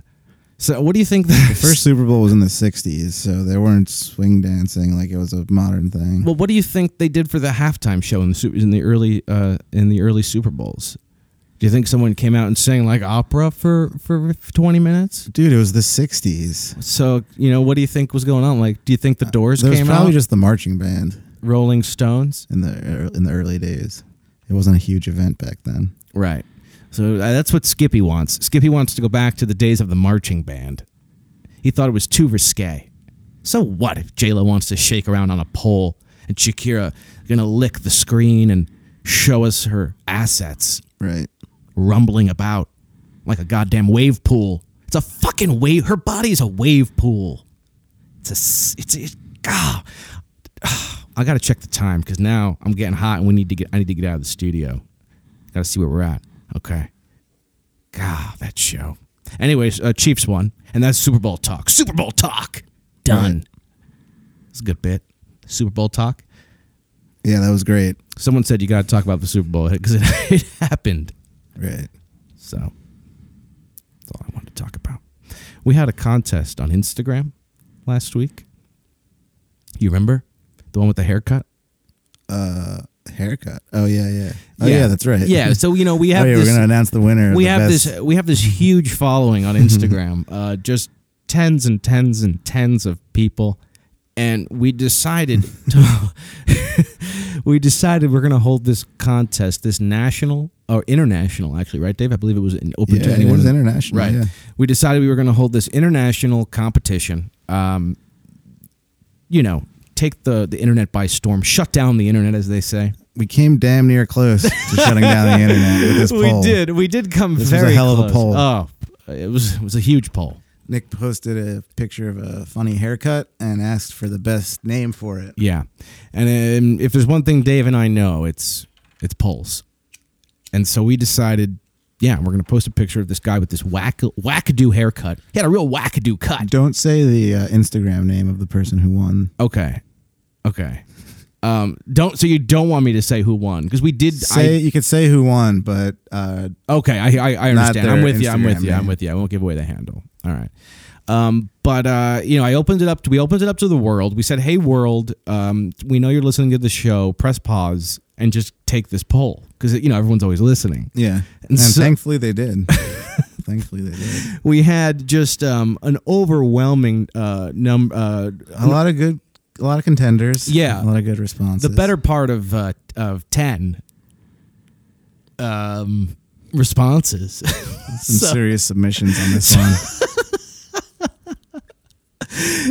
Speaker 3: so what do you think? The
Speaker 4: *laughs* *laughs* First Super Bowl was in the '60s, so they weren't swing dancing like it was a modern thing.
Speaker 3: well, what do you think they did for the halftime show in the Su- in the early uh, in the early Super Bowls? Do you think someone came out and sang like opera for for 20 minutes?
Speaker 4: Dude, it was the '60s.
Speaker 3: So you know, what do you think was going on? Like, do you think the Doors
Speaker 4: Uh, There was
Speaker 3: came
Speaker 4: probably
Speaker 3: out?
Speaker 4: just the marching band
Speaker 3: Rolling Stones,
Speaker 4: in the in the early days. It wasn't a huge event back then.
Speaker 3: right? So uh, that's what Skippy wants. Skippy wants to go back to the days of the marching band. He thought it was too risque. So what if J Lo wants to shake around on a pole and Shakira gonna lick the screen and show us her assets?
Speaker 4: Right.
Speaker 3: rumbling about like a goddamn wave pool. It's a fucking wave. Her body's a wave pool. It's a. s- It's it. Ah, *sighs* I gotta check the time because now I'm getting hot and we need to get. I need to get out of the studio. Gotta see where we're at. Okay. God, that show. Anyways, uh, Chiefs won, and that's Super Bowl talk. Super Bowl talk. Done. It's a good bit. Super Bowl talk.
Speaker 4: Yeah, that was great.
Speaker 3: Someone said you gotta talk about the Super Bowl because it, *laughs* it happened.
Speaker 4: Right.
Speaker 3: So that's all I wanted to talk about. We had a contest on Instagram last week. You remember the one with the haircut?
Speaker 4: Haircut. Oh yeah, yeah. Oh yeah, that's right.
Speaker 3: Yeah.
Speaker 4: *laughs*
Speaker 3: So you know we
Speaker 4: Oh,
Speaker 3: have
Speaker 4: yeah,
Speaker 3: this,
Speaker 4: we're gonna announce the winner. of
Speaker 3: we
Speaker 4: the
Speaker 3: have
Speaker 4: best-
Speaker 3: this we have this huge following
Speaker 4: *laughs*
Speaker 3: on Instagram. uh, just tens and tens and tens of people, and we
Speaker 4: *laughs*
Speaker 3: decided to, *laughs* we decided we're gonna hold this contest, this national or international actually, right, Dave? I believe it was an open
Speaker 4: Yeah,
Speaker 3: to
Speaker 4: it
Speaker 3: anyone.
Speaker 4: was international,
Speaker 3: right?
Speaker 4: yeah.
Speaker 3: We decided we were gonna hold this international competition. Um, you know, take the the internet by storm, shut down the internet, as they say.
Speaker 4: We came damn near close to shutting down
Speaker 3: *laughs*
Speaker 4: the internet with this
Speaker 3: We
Speaker 4: poll.
Speaker 3: did. We did come
Speaker 4: This was a
Speaker 3: very
Speaker 4: hell of a
Speaker 3: close.
Speaker 4: poll.
Speaker 3: Oh, it was it was a huge poll.
Speaker 4: Nick posted a picture of a funny haircut and asked for the best name for it.
Speaker 3: Yeah, and um, if there's one thing Dave and I know, it's it's polls. And so we decided, yeah, we're gonna post a picture of this guy with this whack wackadoo haircut. He had a real wackadoo cut.
Speaker 4: Don't say the uh, Instagram name of the person who won.
Speaker 3: Okay, okay. Um, don't so you don't want me to say who won because we did.
Speaker 4: Say you could say who won, but uh,
Speaker 3: I, okay, I I, I
Speaker 4: Not
Speaker 3: understand. I'm
Speaker 4: their
Speaker 3: with you. I'm with
Speaker 4: Instagram
Speaker 3: you. I'm
Speaker 4: name.
Speaker 3: with you. I won't give away the handle. All right. Um, but uh, you know, I opened it up. To, we opened it up to the world. We said, "Hey, world, um, we know you're listening to the show. Press pause and just take this poll because you know everyone's always listening."
Speaker 4: yeah,
Speaker 3: And
Speaker 4: and
Speaker 3: so-
Speaker 4: thankfully
Speaker 3: *laughs*
Speaker 4: they did. thankfully they did.
Speaker 3: we had just um, an overwhelming uh, num uh,
Speaker 4: A lot of good, a lot of contenders.
Speaker 3: Yeah.
Speaker 4: a lot of good responses.
Speaker 3: the better part of uh, of 10 um, responses
Speaker 4: some serious submissions on
Speaker 3: *laughs*
Speaker 4: this one.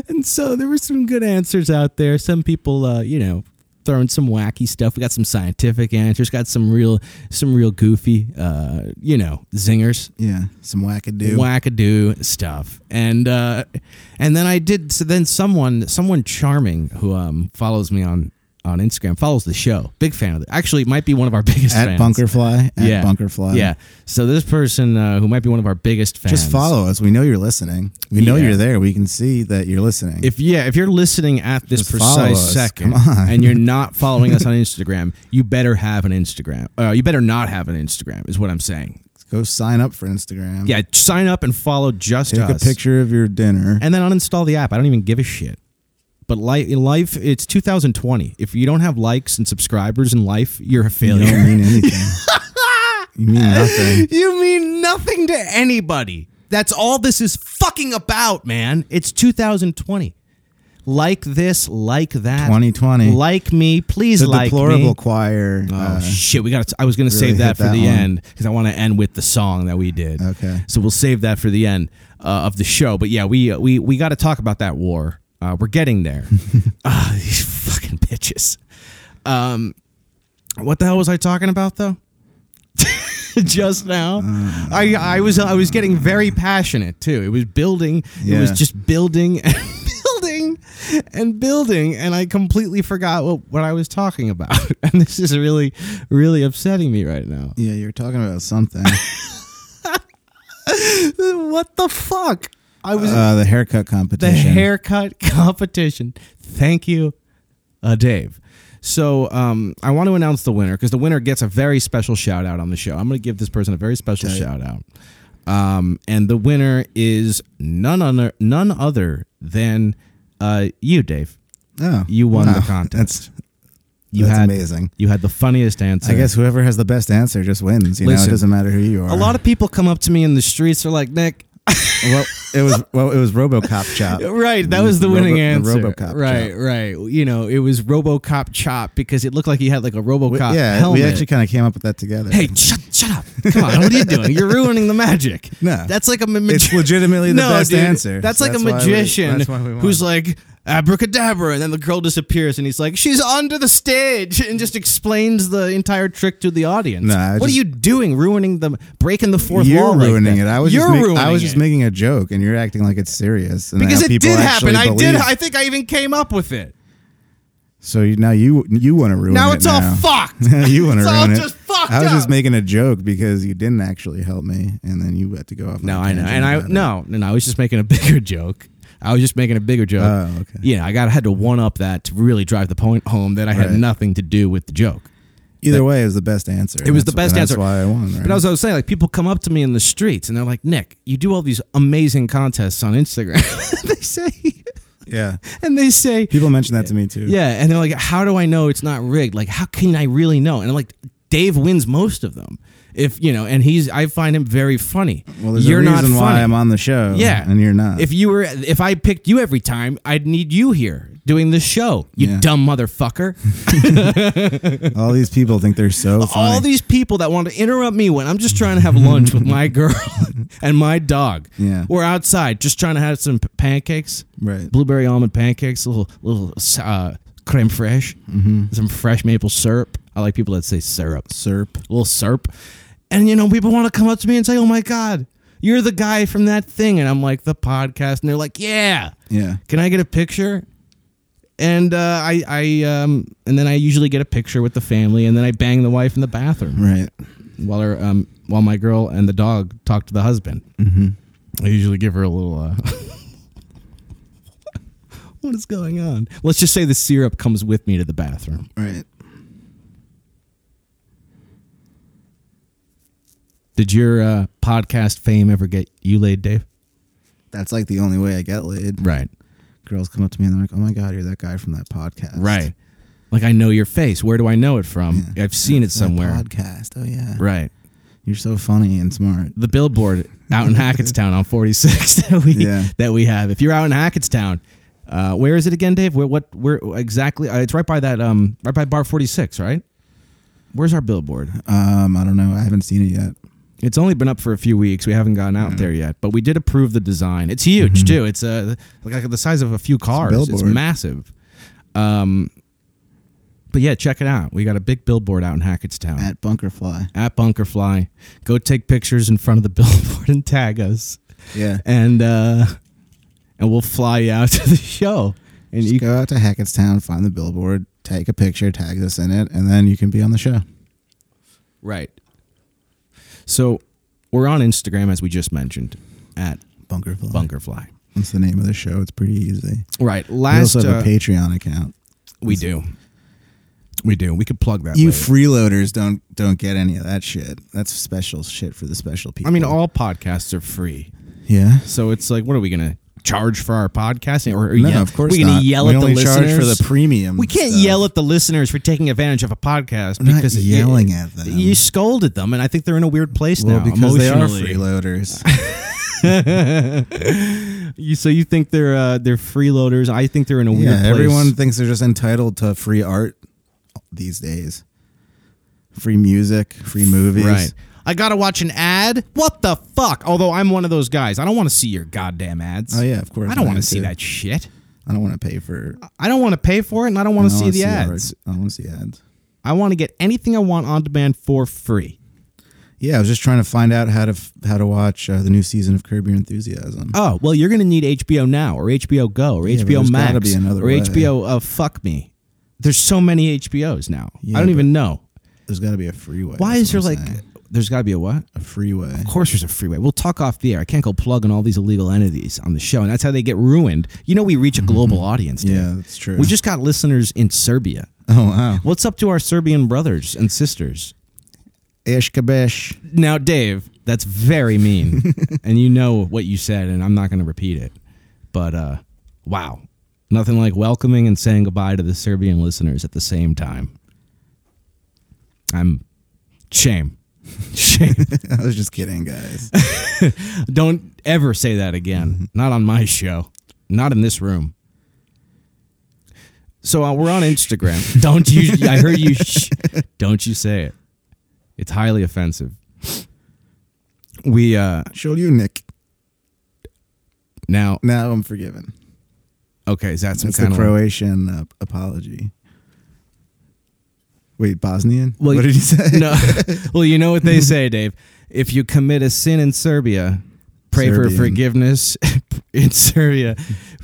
Speaker 3: and so there were some good answers out there some people uh, you know throwing some wacky stuff we got some scientific answers got some real some real goofy uh, you know zingers
Speaker 4: Yeah, some wackadoo.
Speaker 3: wackadoo stuff. And uh, and then I did. So then someone someone charming who um follows me on on Instagram follows the show. Big fan of it. Actually, might be one of our *laughs* biggest
Speaker 4: at
Speaker 3: fans.
Speaker 4: Bunkerfly. At
Speaker 3: yeah,
Speaker 4: Bunkerfly.
Speaker 3: Yeah. So this person uh, who might be one of our biggest fans.
Speaker 4: Just follow us. We know you're listening. We know
Speaker 3: Yeah.
Speaker 4: you're there. We can see that you're listening.
Speaker 3: If yeah, if you're listening at this
Speaker 4: Just follow
Speaker 3: precise
Speaker 4: us.
Speaker 3: second
Speaker 4: Come on.
Speaker 3: and you're
Speaker 4: *laughs*
Speaker 3: not following us on Instagram, you better have an Instagram. Uh, you better not have an Instagram, is what I'm saying.
Speaker 4: Go sign up for Instagram.
Speaker 3: Yeah, sign up and follow just
Speaker 4: Take a
Speaker 3: us.
Speaker 4: picture of your dinner.
Speaker 3: and then uninstall the app. I don't even give a shit. But life, life, it's 2020. If you don't have likes and subscribers in life, you're a
Speaker 4: you
Speaker 3: failure.
Speaker 4: don't mean
Speaker 3: *laughs*
Speaker 4: anything. you mean nothing.
Speaker 3: You mean nothing to anybody. That's all this is fucking about, man. It's 2020. Like this, like that.
Speaker 4: 2020.
Speaker 3: Like me, please
Speaker 4: The
Speaker 3: like
Speaker 4: deplorable
Speaker 3: me.
Speaker 4: choir.
Speaker 3: Oh
Speaker 4: uh,
Speaker 3: shit! We got. to I was gonna save
Speaker 4: hit
Speaker 3: that for
Speaker 4: that
Speaker 3: the
Speaker 4: one.
Speaker 3: end because I want to end with the song that we did.
Speaker 4: Okay.
Speaker 3: So we'll save that for the end uh, of the show. But yeah, we uh, we we got to talk about that war. Uh, we're getting
Speaker 4: *laughs*
Speaker 3: there. Ah, these fucking bitches. Um, what the hell was I talking about though? *laughs* just now, I I was I was getting very passionate too. It was building. It was
Speaker 4: Yeah.
Speaker 3: just building *laughs* and building and building, and I completely forgot what, what I was talking about. *laughs* And this is really really upsetting me right now. *laughs*
Speaker 4: yeah, you're talking about something.
Speaker 3: What the fuck? I was
Speaker 4: uh, the haircut
Speaker 3: the
Speaker 4: competition.
Speaker 3: haircut *laughs* competition. Thank you, uh, Dave. So um, I want to announce the winner because the winner gets a very special shout out on the show. I'm going to give this person a very special shout out, um, and the winner is none other none other than uh, you, Dave.
Speaker 4: Oh,
Speaker 3: You won the
Speaker 4: wow.
Speaker 3: contest.
Speaker 4: That's,
Speaker 3: You
Speaker 4: that's
Speaker 3: had
Speaker 4: amazing.
Speaker 3: You had the funniest answer.
Speaker 4: I guess whoever has the best answer just wins. You know,
Speaker 3: Listen,
Speaker 4: it doesn't matter who you are.
Speaker 3: a lot of people come up to me in the streets. They're like, Nick,
Speaker 4: well, it was well, it was RoboCop
Speaker 3: *laughs*
Speaker 4: chop.
Speaker 3: Right, that was the winning
Speaker 4: Robo-
Speaker 3: answer.
Speaker 4: the RoboCop
Speaker 3: right,
Speaker 4: chop.
Speaker 3: right. You know, it was RoboCop chop because it looked like he had like a RoboCop
Speaker 4: We- yeah,
Speaker 3: helmet.
Speaker 4: we actually kind of came up with that together.
Speaker 3: hey, shut, shut up! Come on, what are you doing? You're ruining the magic.
Speaker 4: *laughs* No.
Speaker 3: that's like a ma-
Speaker 4: It's legitimately the
Speaker 3: no,
Speaker 4: best
Speaker 3: dude,
Speaker 4: answer.
Speaker 3: That's like
Speaker 4: That's
Speaker 3: a
Speaker 4: why we-
Speaker 3: magician
Speaker 4: that's why we won.
Speaker 3: who's like abracadabra, and then the girl disappears, and he's like, she's under the stage, and just explains the entire trick to the audience.
Speaker 4: No, I
Speaker 3: what
Speaker 4: just-
Speaker 3: are you doing? Ruining the breaking the fourth
Speaker 4: you're
Speaker 3: wall? like
Speaker 4: ruining
Speaker 3: that.
Speaker 4: it. I was
Speaker 3: you're
Speaker 4: just make-
Speaker 3: ruining
Speaker 4: I was just
Speaker 3: it.
Speaker 4: making a joke, and you're acting like it's serious. And
Speaker 3: because
Speaker 4: now
Speaker 3: it
Speaker 4: people
Speaker 3: did happen.
Speaker 4: actually
Speaker 3: I did.
Speaker 4: believe-
Speaker 3: I think I even came up with it.
Speaker 4: so you, now you you want to ruin
Speaker 3: Now
Speaker 4: it
Speaker 3: it's all
Speaker 4: *laughs*
Speaker 3: fucked.
Speaker 4: you want to
Speaker 3: It's
Speaker 4: ruin
Speaker 3: all
Speaker 4: it.
Speaker 3: just fucked
Speaker 4: I was
Speaker 3: up.
Speaker 4: just making a joke because you didn't actually help me, and then you had to go off. on
Speaker 3: No,
Speaker 4: a
Speaker 3: I know,
Speaker 4: tangent
Speaker 3: and I
Speaker 4: about it.
Speaker 3: no, no, no, I was just making a bigger *laughs* joke. I was just making a bigger joke.
Speaker 4: Oh, okay.
Speaker 3: Yeah, I got had to one up that to really drive the point home that I had
Speaker 4: Right.
Speaker 3: nothing to do with the joke.
Speaker 4: Either way, it was the best answer.
Speaker 3: It was the best answer.
Speaker 4: That's why I won. Right?
Speaker 3: But as I was saying, like people come up to me in the streets and they're like, "Nick, you do all these amazing contests on Instagram." *laughs* they say,
Speaker 4: yeah,
Speaker 3: and they say,
Speaker 4: people mentioned that to me too.
Speaker 3: "Yeah," and they're like, "How do I know it's not rigged? Like, how can I really know?" And I'm like, "Dave wins most of them." If you know, and he's, I find him very funny.
Speaker 4: Well, there's
Speaker 3: You're
Speaker 4: a
Speaker 3: not
Speaker 4: reason why
Speaker 3: funny.
Speaker 4: I'm on the show.
Speaker 3: Yeah,
Speaker 4: and you're not.
Speaker 3: If you were, if I picked you every time, I'd need you here doing this show. You
Speaker 4: Yeah.
Speaker 3: dumb motherfucker!
Speaker 4: all these people think they're so *laughs*
Speaker 3: *laughs*
Speaker 4: funny.
Speaker 3: All these people that want to interrupt me when I'm just trying to have lunch with my *laughs* girl and my dog.
Speaker 4: Yeah.
Speaker 3: we're outside just trying to have some p- pancakes,
Speaker 4: Right.
Speaker 3: Blueberry almond pancakes, a little little uh, creme fraiche,
Speaker 4: Mm-hmm.
Speaker 3: some fresh maple syrup. I like people that say syrup.
Speaker 4: Serp.
Speaker 3: little serp. And you know, people want to come up to me and say, "Oh my god, you're the guy from that thing," and I'm like, "The podcast," and they're like, "Yeah,
Speaker 4: Yeah.
Speaker 3: can I get a picture?" And uh, I, I, um, and then I usually get a picture with the family, and then I bang the wife in the bathroom
Speaker 4: Right.
Speaker 3: while her, um, while my girl and the dog talk to the husband. Mm-hmm. I usually give her a little. Uh, *laughs* what is going on? Let's just say the syrup comes with me to the bathroom.
Speaker 4: Right.
Speaker 3: Did your uh, podcast fame ever get you laid, Dave?
Speaker 4: That's like the only way I get laid.
Speaker 3: Right.
Speaker 4: Girls come up to me and they're like, "Oh my god, you're that guy from that podcast."
Speaker 3: Right. Like I know your face. Where do I know it from?
Speaker 4: Yeah.
Speaker 3: I've seen it
Speaker 4: That
Speaker 3: somewhere.
Speaker 4: podcast. Oh yeah.
Speaker 3: Right.
Speaker 4: You're so funny and smart.
Speaker 3: The billboard out *laughs* in Hackettstown on 46 *laughs* that we
Speaker 4: Yeah.
Speaker 3: that we have. If you're out in Hackettstown, uh, where is it again, Dave? Where what where exactly? Uh, it's right by that um right by bar 46, right? Where's our billboard?
Speaker 4: Um, I don't know. I haven't seen it yet.
Speaker 3: It's only been up for a few weeks. We haven't gotten out there yet, but we did approve the design. It's huge too. It's uh, like the size of a few cars. It's,
Speaker 4: billboard.
Speaker 3: massive. Um, but yeah, check it out. We got a big billboard out in Hackettstown at,
Speaker 4: At Bunkerfly.
Speaker 3: Bunkerfly. Go take pictures in front of the *laughs* billboard and tag us,
Speaker 4: Yeah.
Speaker 3: and uh, and we'll fly you out *laughs* to the show. And
Speaker 4: Just
Speaker 3: you,
Speaker 4: go out to Hackettstown, find the billboard, take a picture, tag us in it, and then you can be on the show.
Speaker 3: right. So we're on Instagram as we just mentioned at
Speaker 4: Bunkerfly.
Speaker 3: Bunkerfly.
Speaker 4: That's the name of the show. It's pretty easy.
Speaker 3: Right.
Speaker 4: we
Speaker 3: Last
Speaker 4: also have
Speaker 3: uh,
Speaker 4: a Patreon account.
Speaker 3: We do. We do. We could plug that.
Speaker 4: You
Speaker 3: later.
Speaker 4: freeloaders don't don't get any of that shit. That's special shit for the special people.
Speaker 3: I mean, all podcasts are free,
Speaker 4: yeah.
Speaker 3: so it's like, what are we gonna charge for our podcasting? Or are
Speaker 4: No,
Speaker 3: we
Speaker 4: of course
Speaker 3: We're gonna
Speaker 4: not.
Speaker 3: yell
Speaker 4: we
Speaker 3: at
Speaker 4: only
Speaker 3: the
Speaker 4: charge
Speaker 3: listeners
Speaker 4: for the premium.
Speaker 3: We can't
Speaker 4: stuff.
Speaker 3: yell at the listeners for taking advantage of a podcast
Speaker 4: I'm not
Speaker 3: because you-
Speaker 4: yelling at them.
Speaker 3: You scolded them, and I think they're in a weird place
Speaker 4: well
Speaker 3: now.
Speaker 4: because they are
Speaker 3: emotionally.
Speaker 4: *laughs* freeloaders.
Speaker 3: You- so you think they're uh, they're freeloaders? I think they're in a weird
Speaker 4: yeah,
Speaker 3: place.
Speaker 4: everyone thinks they're just entitled to free art these days. Free music, free movies.
Speaker 3: Right. I gotta watch an ad. What the fuck? Although I'm one of those guys. I don't want to see your goddamn ads.
Speaker 4: Oh, yeah, of course
Speaker 3: I don't
Speaker 4: I
Speaker 3: want to
Speaker 4: am,
Speaker 3: see
Speaker 4: too.
Speaker 3: that shit.
Speaker 4: I don't want to pay for.
Speaker 3: I don't want to pay for it, and I don't
Speaker 4: I
Speaker 3: want to see
Speaker 4: wanna
Speaker 3: the
Speaker 4: art.
Speaker 3: ads.
Speaker 4: I want to see ads.
Speaker 3: I want to get anything I want on demand for free.
Speaker 4: Yeah, I was just trying to find out how to f- how to watch uh, the new season of Curb Your Enthusiasm.
Speaker 3: Oh well, you're gonna need HBO Now or HBO Go or
Speaker 4: Yeah, but
Speaker 3: HBO
Speaker 4: there's
Speaker 3: Max
Speaker 4: gotta be another
Speaker 3: or
Speaker 4: way.
Speaker 3: HBO uh, Fuck Me. There's so many HBOs now.
Speaker 4: Yeah,
Speaker 3: I don't
Speaker 4: but-
Speaker 3: even know
Speaker 4: There's got to be a free way.
Speaker 3: why is
Speaker 4: that's
Speaker 3: there
Speaker 4: what I'm
Speaker 3: like
Speaker 4: saying.
Speaker 3: There's got to be a what?
Speaker 4: a freeway.
Speaker 3: Of course, there's a freeway. We'll talk off the air. I can't go plugging all these illegal entities on the show, and that's how they get ruined. You know, we reach a global audience. dude.
Speaker 4: Yeah, that's true.
Speaker 3: We just got listeners in Serbia.
Speaker 4: *laughs* oh wow,
Speaker 3: What's up to our Serbian brothers and sisters?
Speaker 4: ish
Speaker 3: *laughs*
Speaker 4: kabish.
Speaker 3: Now, Dave, that's very mean, and you know what you said, and I'm not going to repeat it. But uh, wow, nothing like welcoming and saying goodbye to the Serbian listeners at the same time. I'm shame, *laughs* shame.
Speaker 4: *laughs* I was just kidding, guys.
Speaker 3: Don't ever say that again. Not on my show. Not in this room. So uh, we're on Instagram. don't you? I heard you. Sh- don't you say it. It's highly offensive. We uh
Speaker 4: Show you, Nick.
Speaker 3: now
Speaker 4: Now I'm forgiven.
Speaker 3: okay. Is that some
Speaker 4: That's the
Speaker 3: kind of
Speaker 4: Croatian uh, apology. Wait, Bosnian?
Speaker 3: Well,
Speaker 4: what did you say?
Speaker 3: no? *laughs* well, you know what
Speaker 4: *laughs*
Speaker 3: they say, Dave. If you commit a sin in Serbia, pray for
Speaker 4: Serbian.
Speaker 3: forgiveness *laughs* in Serbia.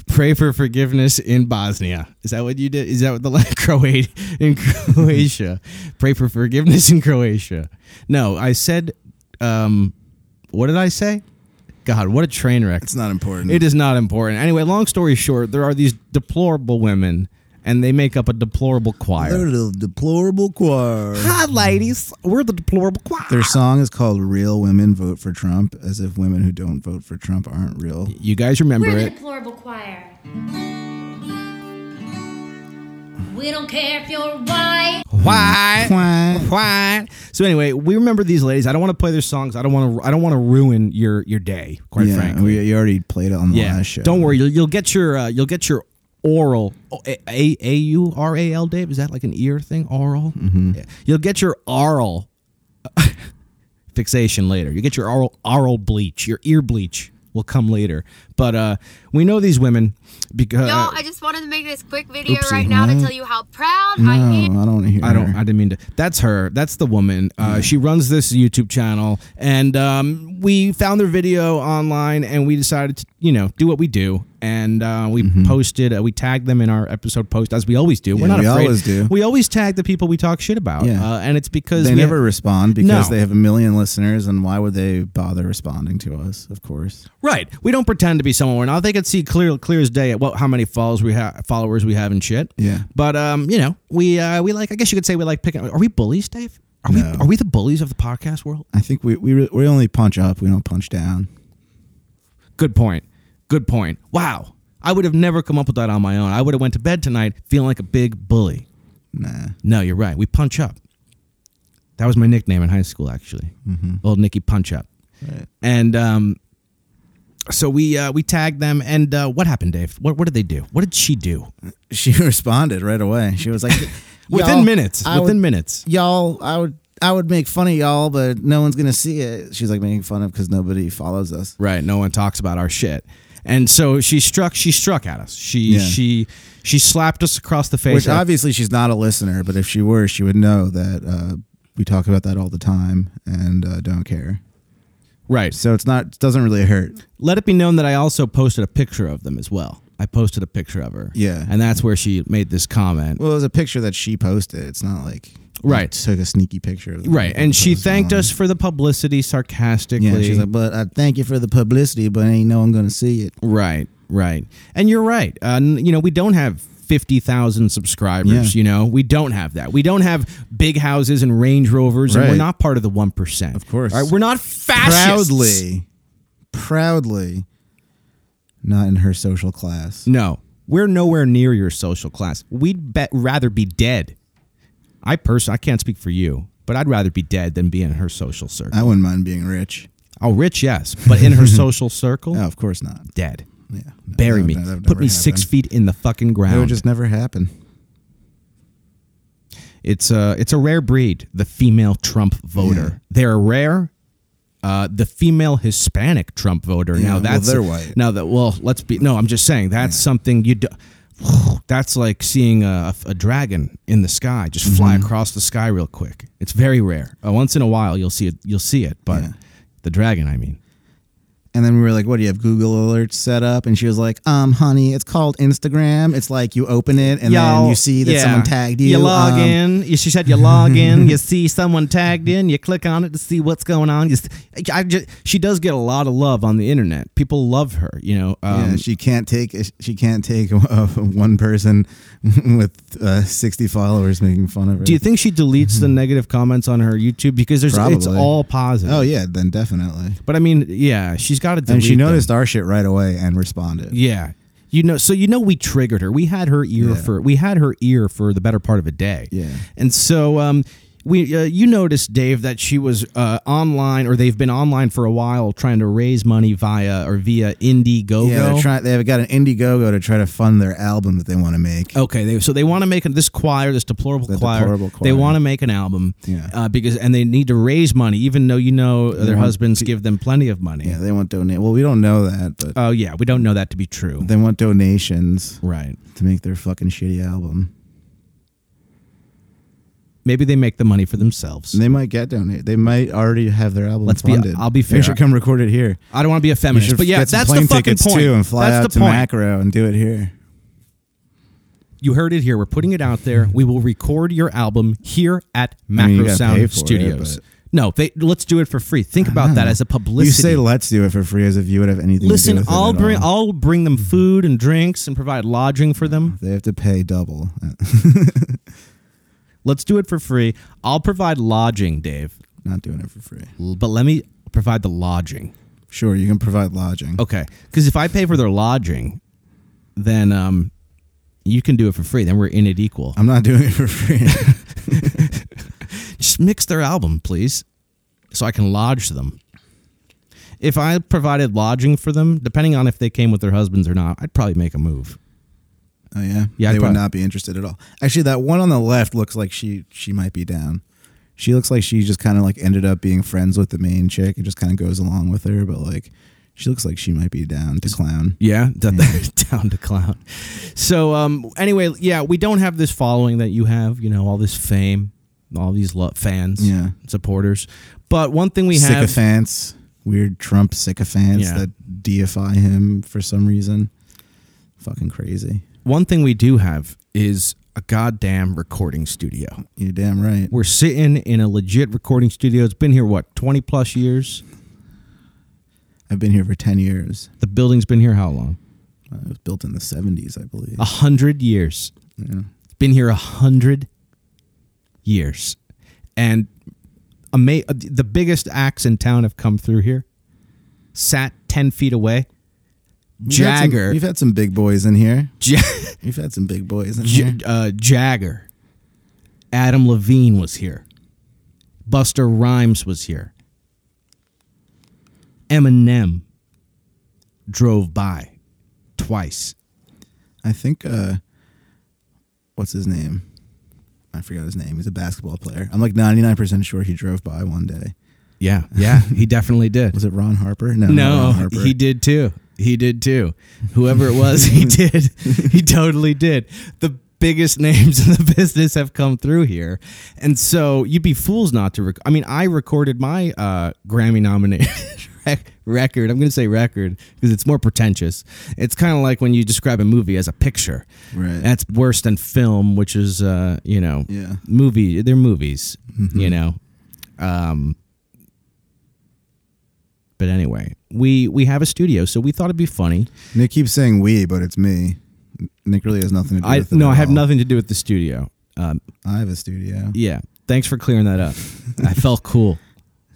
Speaker 3: Pray for forgiveness in Bosnia. Is that what you did? Is that what the *laughs* like Croatia in Croatia? Pray for forgiveness in Croatia. No, I said. Um, what did I say? God, what a train wreck!
Speaker 4: *laughs* It's not important.
Speaker 3: It is not important. Anyway, long story short, there are these deplorable women, and they make up a deplorable choir.
Speaker 4: They're the deplorable choir.
Speaker 3: Hi, ladies. We're the deplorable choir.
Speaker 4: Their song is called Real Women Vote for Trump, as if women who don't vote for Trump aren't real.
Speaker 3: you guys remember
Speaker 8: We're the
Speaker 3: it?
Speaker 8: deplorable choir. We don't care if you're white.
Speaker 3: Why?
Speaker 4: Eh. Quack.
Speaker 3: Why? So anyway, we remember these ladies. I don't want to play their songs. I don't want to. I don't want to ruin your your day. Quite
Speaker 4: Yeah,
Speaker 3: frankly,
Speaker 4: we, you already played it on the
Speaker 3: yeah.
Speaker 4: last show.
Speaker 3: Don't worry. You'll, you'll get your uh, you'll get your oral a a u r a l. Dave, is that like an ear thing? Oral.
Speaker 4: Mm-hmm.
Speaker 3: Yeah. You'll get your oral *laughs* fixation later. You get your oral oral bleach. Your ear bleach will come later. But uh, we know these women because
Speaker 9: Y'all, I just wanted to make this quick video
Speaker 3: Uh, oopsie.
Speaker 9: right now to tell you how proud I am.
Speaker 4: No, Oh, I don't want to hear
Speaker 3: I don't.
Speaker 4: her.
Speaker 3: I didn't mean to. That's her. That's the woman. Uh, She runs this YouTube channel, and um, we found their video online, and we decided to, you know, do what we do, and uh, we posted. Uh, we tagged them in our episode post as we always do. We're
Speaker 4: Mm-hmm. Yeah,
Speaker 3: not
Speaker 4: we
Speaker 3: afraid.
Speaker 4: always do.
Speaker 3: We always tag the people we talk shit about.
Speaker 4: Yeah.
Speaker 3: Uh, and it's because
Speaker 4: They
Speaker 3: we-
Speaker 4: never respond because
Speaker 3: No.
Speaker 4: they have a million listeners, and why would they bother responding to us? Of course.
Speaker 3: Right. We don't pretend to be someone we're not. They could see clear, clear as day at what, how many follows we have, followers we have and shit.
Speaker 4: Yeah.
Speaker 3: But um, you know, we uh, we like. I guess you could say we like picking. Are we bullies, Dave? Are
Speaker 4: No.
Speaker 3: we are we the bullies of the podcast world?
Speaker 4: I think we we, re- we only punch up, we don't punch down.
Speaker 3: Good point. Good point. Wow. I would have never come up with that on my own. I would have went to bed tonight feeling like a big bully.
Speaker 4: Nah.
Speaker 3: No, you're right. We punch up. That was my nickname in high school, actually.
Speaker 4: Mm-hmm.
Speaker 3: Old Nicky Punch Up. And um, so we uh, we tagged them. And uh, what happened, Dave? What what did they do? What did she do?
Speaker 4: She *laughs* responded right away. She was like,
Speaker 3: *laughs* Within
Speaker 4: "Y'all,
Speaker 3: minutes.
Speaker 4: I
Speaker 3: within
Speaker 4: would-
Speaker 3: minutes.
Speaker 4: y'all i would i would make fun of y'all but no one's gonna see it she's like making fun of because nobody follows us
Speaker 3: Right. No one talks about our shit. And so she struck. She struck at us. She
Speaker 4: Yeah.
Speaker 3: she she slapped us across the face.
Speaker 4: which
Speaker 3: Like,
Speaker 4: obviously she's not a listener but if she were she would know that uh, we talk about that all the time and uh, don't care
Speaker 3: right.
Speaker 4: so it's not it doesn't really hurt
Speaker 3: let it be known that I also posted a picture of them as well. I posted a picture of her.
Speaker 4: Yeah.
Speaker 3: And that's where she made this comment.
Speaker 4: well it was a picture that she posted it's not like
Speaker 3: Right.
Speaker 4: I took a sneaky picture of them
Speaker 3: right. And she
Speaker 4: posted
Speaker 3: thanked
Speaker 4: online.
Speaker 3: us for the publicity sarcastically.
Speaker 4: yeah she's like but i thank you for the publicity but ain't no one gonna see it
Speaker 3: right, right. And you're right. Uh, n- you know, we don't have 50,000 subscribers,
Speaker 4: Yeah.
Speaker 3: you know. We don't have that. We don't have big houses and Range Rovers and we're
Speaker 4: Right.
Speaker 3: not part of the 1%. Of
Speaker 4: course.
Speaker 3: All right? We're not fascists.
Speaker 4: proudly proudly not in her social class
Speaker 3: No, we're nowhere near your social class. We'd bet rather be dead. I person, I can't speak for you, but I'd rather be dead than be in her social circle.
Speaker 4: i wouldn't mind being rich
Speaker 3: oh, rich, yes, but in her
Speaker 4: *laughs*
Speaker 3: social circle,
Speaker 4: No, of course not.
Speaker 3: dead.
Speaker 4: Yeah, No,
Speaker 3: Bury
Speaker 4: Oh. that-
Speaker 3: me.
Speaker 4: that would
Speaker 3: Put
Speaker 4: never
Speaker 3: me six
Speaker 4: happen.
Speaker 3: feet in the fucking
Speaker 4: That
Speaker 3: ground.
Speaker 4: would just never happen.
Speaker 3: it's a it's a rare breed. The female Trump voter. They're rare. Uh, the female Hispanic Trump voter.
Speaker 4: Yeah,
Speaker 3: now
Speaker 4: well,
Speaker 3: that's
Speaker 4: they're white.
Speaker 3: Now that well, let's be no. I'm just saying that's something you do. *sighs* That's like seeing a, a dragon in the sky just fly
Speaker 4: Mm-hmm.
Speaker 3: across the sky real quick. It's very rare. Uh, once in a while, you'll see it. You'll see it, but
Speaker 4: Yeah.
Speaker 3: the dragon, I mean.
Speaker 4: And then we were like, "What do you have Google alerts set up?" And she was like, "Um, honey, it's called Instagram. It's like you open it and then you see that
Speaker 3: yeah.
Speaker 4: someone tagged you.
Speaker 3: You log
Speaker 4: um,
Speaker 3: in. You- She said you log
Speaker 4: *laughs*
Speaker 3: in. You see someone tagged in. You click on it to see what's going on. You s- I ju- she does get a lot of love on the internet. People love her. You know. Um,
Speaker 4: yeah, she can't take she can't take *laughs* uh, one person *laughs* with uh, sixty followers making fun of her.
Speaker 3: do you think she deletes
Speaker 4: *laughs*
Speaker 3: the negative comments on her YouTube because there's it's
Speaker 4: Probably.
Speaker 3: all positive?
Speaker 4: Oh yeah, then definitely.
Speaker 3: But I mean, yeah, she's got to delete.
Speaker 4: And she
Speaker 3: them.
Speaker 4: noticed our shit right away and responded.
Speaker 3: Yeah. You know, so you know, we triggered her. We had her ear
Speaker 4: Yeah.
Speaker 3: for we had her ear for the better part of a day.
Speaker 4: Yeah.
Speaker 3: and so um, we uh, you noticed Dave that she was uh, online or they've been online for a while trying to raise money via or via Indiegogo.
Speaker 4: Yeah, they're trying. They've got an Indiegogo to try to fund their album that they want to make.
Speaker 3: Okay, they, so they want to make this choir, this deplorable,
Speaker 4: The
Speaker 3: choir,
Speaker 4: deplorable
Speaker 3: They
Speaker 4: choir.
Speaker 3: want to make an album,
Speaker 4: Yeah.
Speaker 3: uh, because and they need to raise money, even though you know their
Speaker 4: want
Speaker 3: husbands give them plenty of money.
Speaker 4: Yeah, they want donate. Well, we don't know that, but
Speaker 3: Oh yeah, we don't know that to be true,
Speaker 4: they want donations
Speaker 3: right?
Speaker 4: to make their fucking shitty album.
Speaker 3: Maybe they make the money for themselves.
Speaker 4: And they might get donated. They might already have their album
Speaker 3: Let's be-
Speaker 4: funded.
Speaker 3: I'll be fair.
Speaker 4: They should come record it here.
Speaker 3: I don't want to be a
Speaker 4: We
Speaker 3: feminist,
Speaker 4: should
Speaker 3: but yeah,
Speaker 4: get some
Speaker 3: that's
Speaker 4: plane
Speaker 3: the fucking
Speaker 4: tickets,
Speaker 3: point.
Speaker 4: Too, and fly
Speaker 3: that's
Speaker 4: out
Speaker 3: the
Speaker 4: to
Speaker 3: point.
Speaker 4: Macro and do it here.
Speaker 3: You heard it here. We're putting it out there. We will record your album here at
Speaker 4: mean,
Speaker 3: Macro
Speaker 4: you gotta pay
Speaker 3: Sound
Speaker 4: for it,
Speaker 3: Studios.
Speaker 4: but- Ah.
Speaker 3: no, they, let's do it for free. Think about that as a publicity.
Speaker 4: You say let's do it for free as if you would have anything.
Speaker 3: Listen,
Speaker 4: to do with it
Speaker 3: I'll
Speaker 4: at
Speaker 3: bring
Speaker 4: all.
Speaker 3: I'll bring them food and drinks and provide lodging for them.
Speaker 4: They have to pay double. uh,
Speaker 3: Let's do it for free. I'll provide lodging, Dave.
Speaker 4: *laughs* Not doing it for free.
Speaker 3: L- But let me provide the lodging.
Speaker 4: Sure, you can provide lodging.
Speaker 3: Okay. Cuz if I pay for their lodging, then um you can do it for free. Then we're in it equal.
Speaker 4: I'm not doing it for free.
Speaker 3: just mix their album, please, so I can lodge them. If I provided lodging for them, depending on if they came with their husbands or not, I'd probably make a move.
Speaker 4: oh yeah,
Speaker 3: Yeah, I'd
Speaker 4: They would
Speaker 3: prob-
Speaker 4: not be interested at all. Actually, that one on the left looks like she she might be down. She looks like she just kind of like ended up being friends with the main chick and just kind of goes along with her, but like she looks like she might be down to clown.
Speaker 3: Yeah, *laughs* down to clown. So um, anyway, yeah, we don't have this following that you have. You know, all this fame, all these lo- fans,
Speaker 4: Yeah.
Speaker 3: supporters. But one thing we have,
Speaker 4: sycophants, weird Trump sycophants
Speaker 3: Yeah.
Speaker 4: that deify him for some reason. Fucking crazy.
Speaker 3: one thing we do have is a goddamn recording studio.
Speaker 4: You're damn right.
Speaker 3: We're sitting in a legit recording studio. It's been here what twenty plus years.
Speaker 4: I've been here for ten years.
Speaker 3: The building's been here how long?
Speaker 4: Uh, It was built in the seventies, I believe.
Speaker 3: A hundred years.
Speaker 4: Yeah.
Speaker 3: It's been here a hundred years, and ama- the biggest acts in town have come through here. Sat ten feet away.
Speaker 4: You've had some-
Speaker 3: Jagger,
Speaker 4: You've had some big boys in here.
Speaker 3: Ja-
Speaker 4: You've had some big boys in
Speaker 3: J-
Speaker 4: here.
Speaker 3: uh, Jagger, Adam Levine was here. Buster Rhymes was here. Eminem drove by twice.
Speaker 4: I think uh what's his name? I forgot his name. He's a basketball player. I'm like 99% sure he drove by one day.
Speaker 3: Yeah, yeah, *laughs* he definitely did.
Speaker 4: Was it Ron Harper? No, not Ron
Speaker 3: No,
Speaker 4: Harper.
Speaker 3: he did too. He did too. Whoever it was,
Speaker 4: *laughs*
Speaker 3: he did. He totally did. The biggest *laughs* names in the business have come through here, and so you'd be fools not to. Rec- I mean, I recorded my uh, Grammy nominated *laughs* rec- record. I'm going to say record because it's more pretentious. It's kind of like when you describe a movie as a picture.
Speaker 4: Right.
Speaker 3: That's worse than film, which is uh, you know,
Speaker 4: Yeah. Mm-hmm.
Speaker 3: movie. They're movies. You know. Um, but anyway, we we have a studio, so we thought it'd be funny.
Speaker 4: Nick keeps saying we, but it's me. Nick really has nothing to do
Speaker 3: I
Speaker 4: with it.
Speaker 3: no,
Speaker 4: at
Speaker 3: I have
Speaker 4: all.
Speaker 3: nothing to do with the studio. Um,
Speaker 4: I have a studio.
Speaker 3: yeah, thanks for clearing that up.
Speaker 4: *laughs*
Speaker 3: I felt cool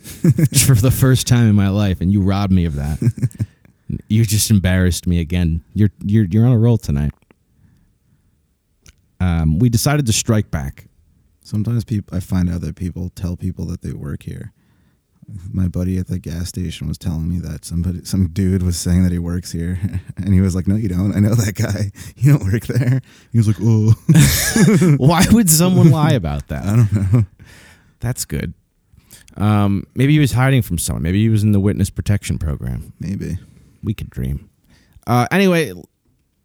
Speaker 3: for the first time in my life, and you robbed me of that.
Speaker 4: *laughs*
Speaker 3: you just embarrassed me again. You're you're you're on a roll tonight. Um, we decided to strike back.
Speaker 4: Sometimes people, I find out that people tell people that they work here. My buddy at the gas station was telling me that somebody, some dude was saying that he works here, *laughs* and he was like, "No, you don't. I know that guy. *laughs* You don't work there." He was like, "Oh, *laughs*
Speaker 3: Why would someone lie about that? I don't know. That's good. Um, maybe he was hiding from someone. Maybe he was in the witness protection program.
Speaker 4: maybe."
Speaker 3: We could dream. Uh, anyway,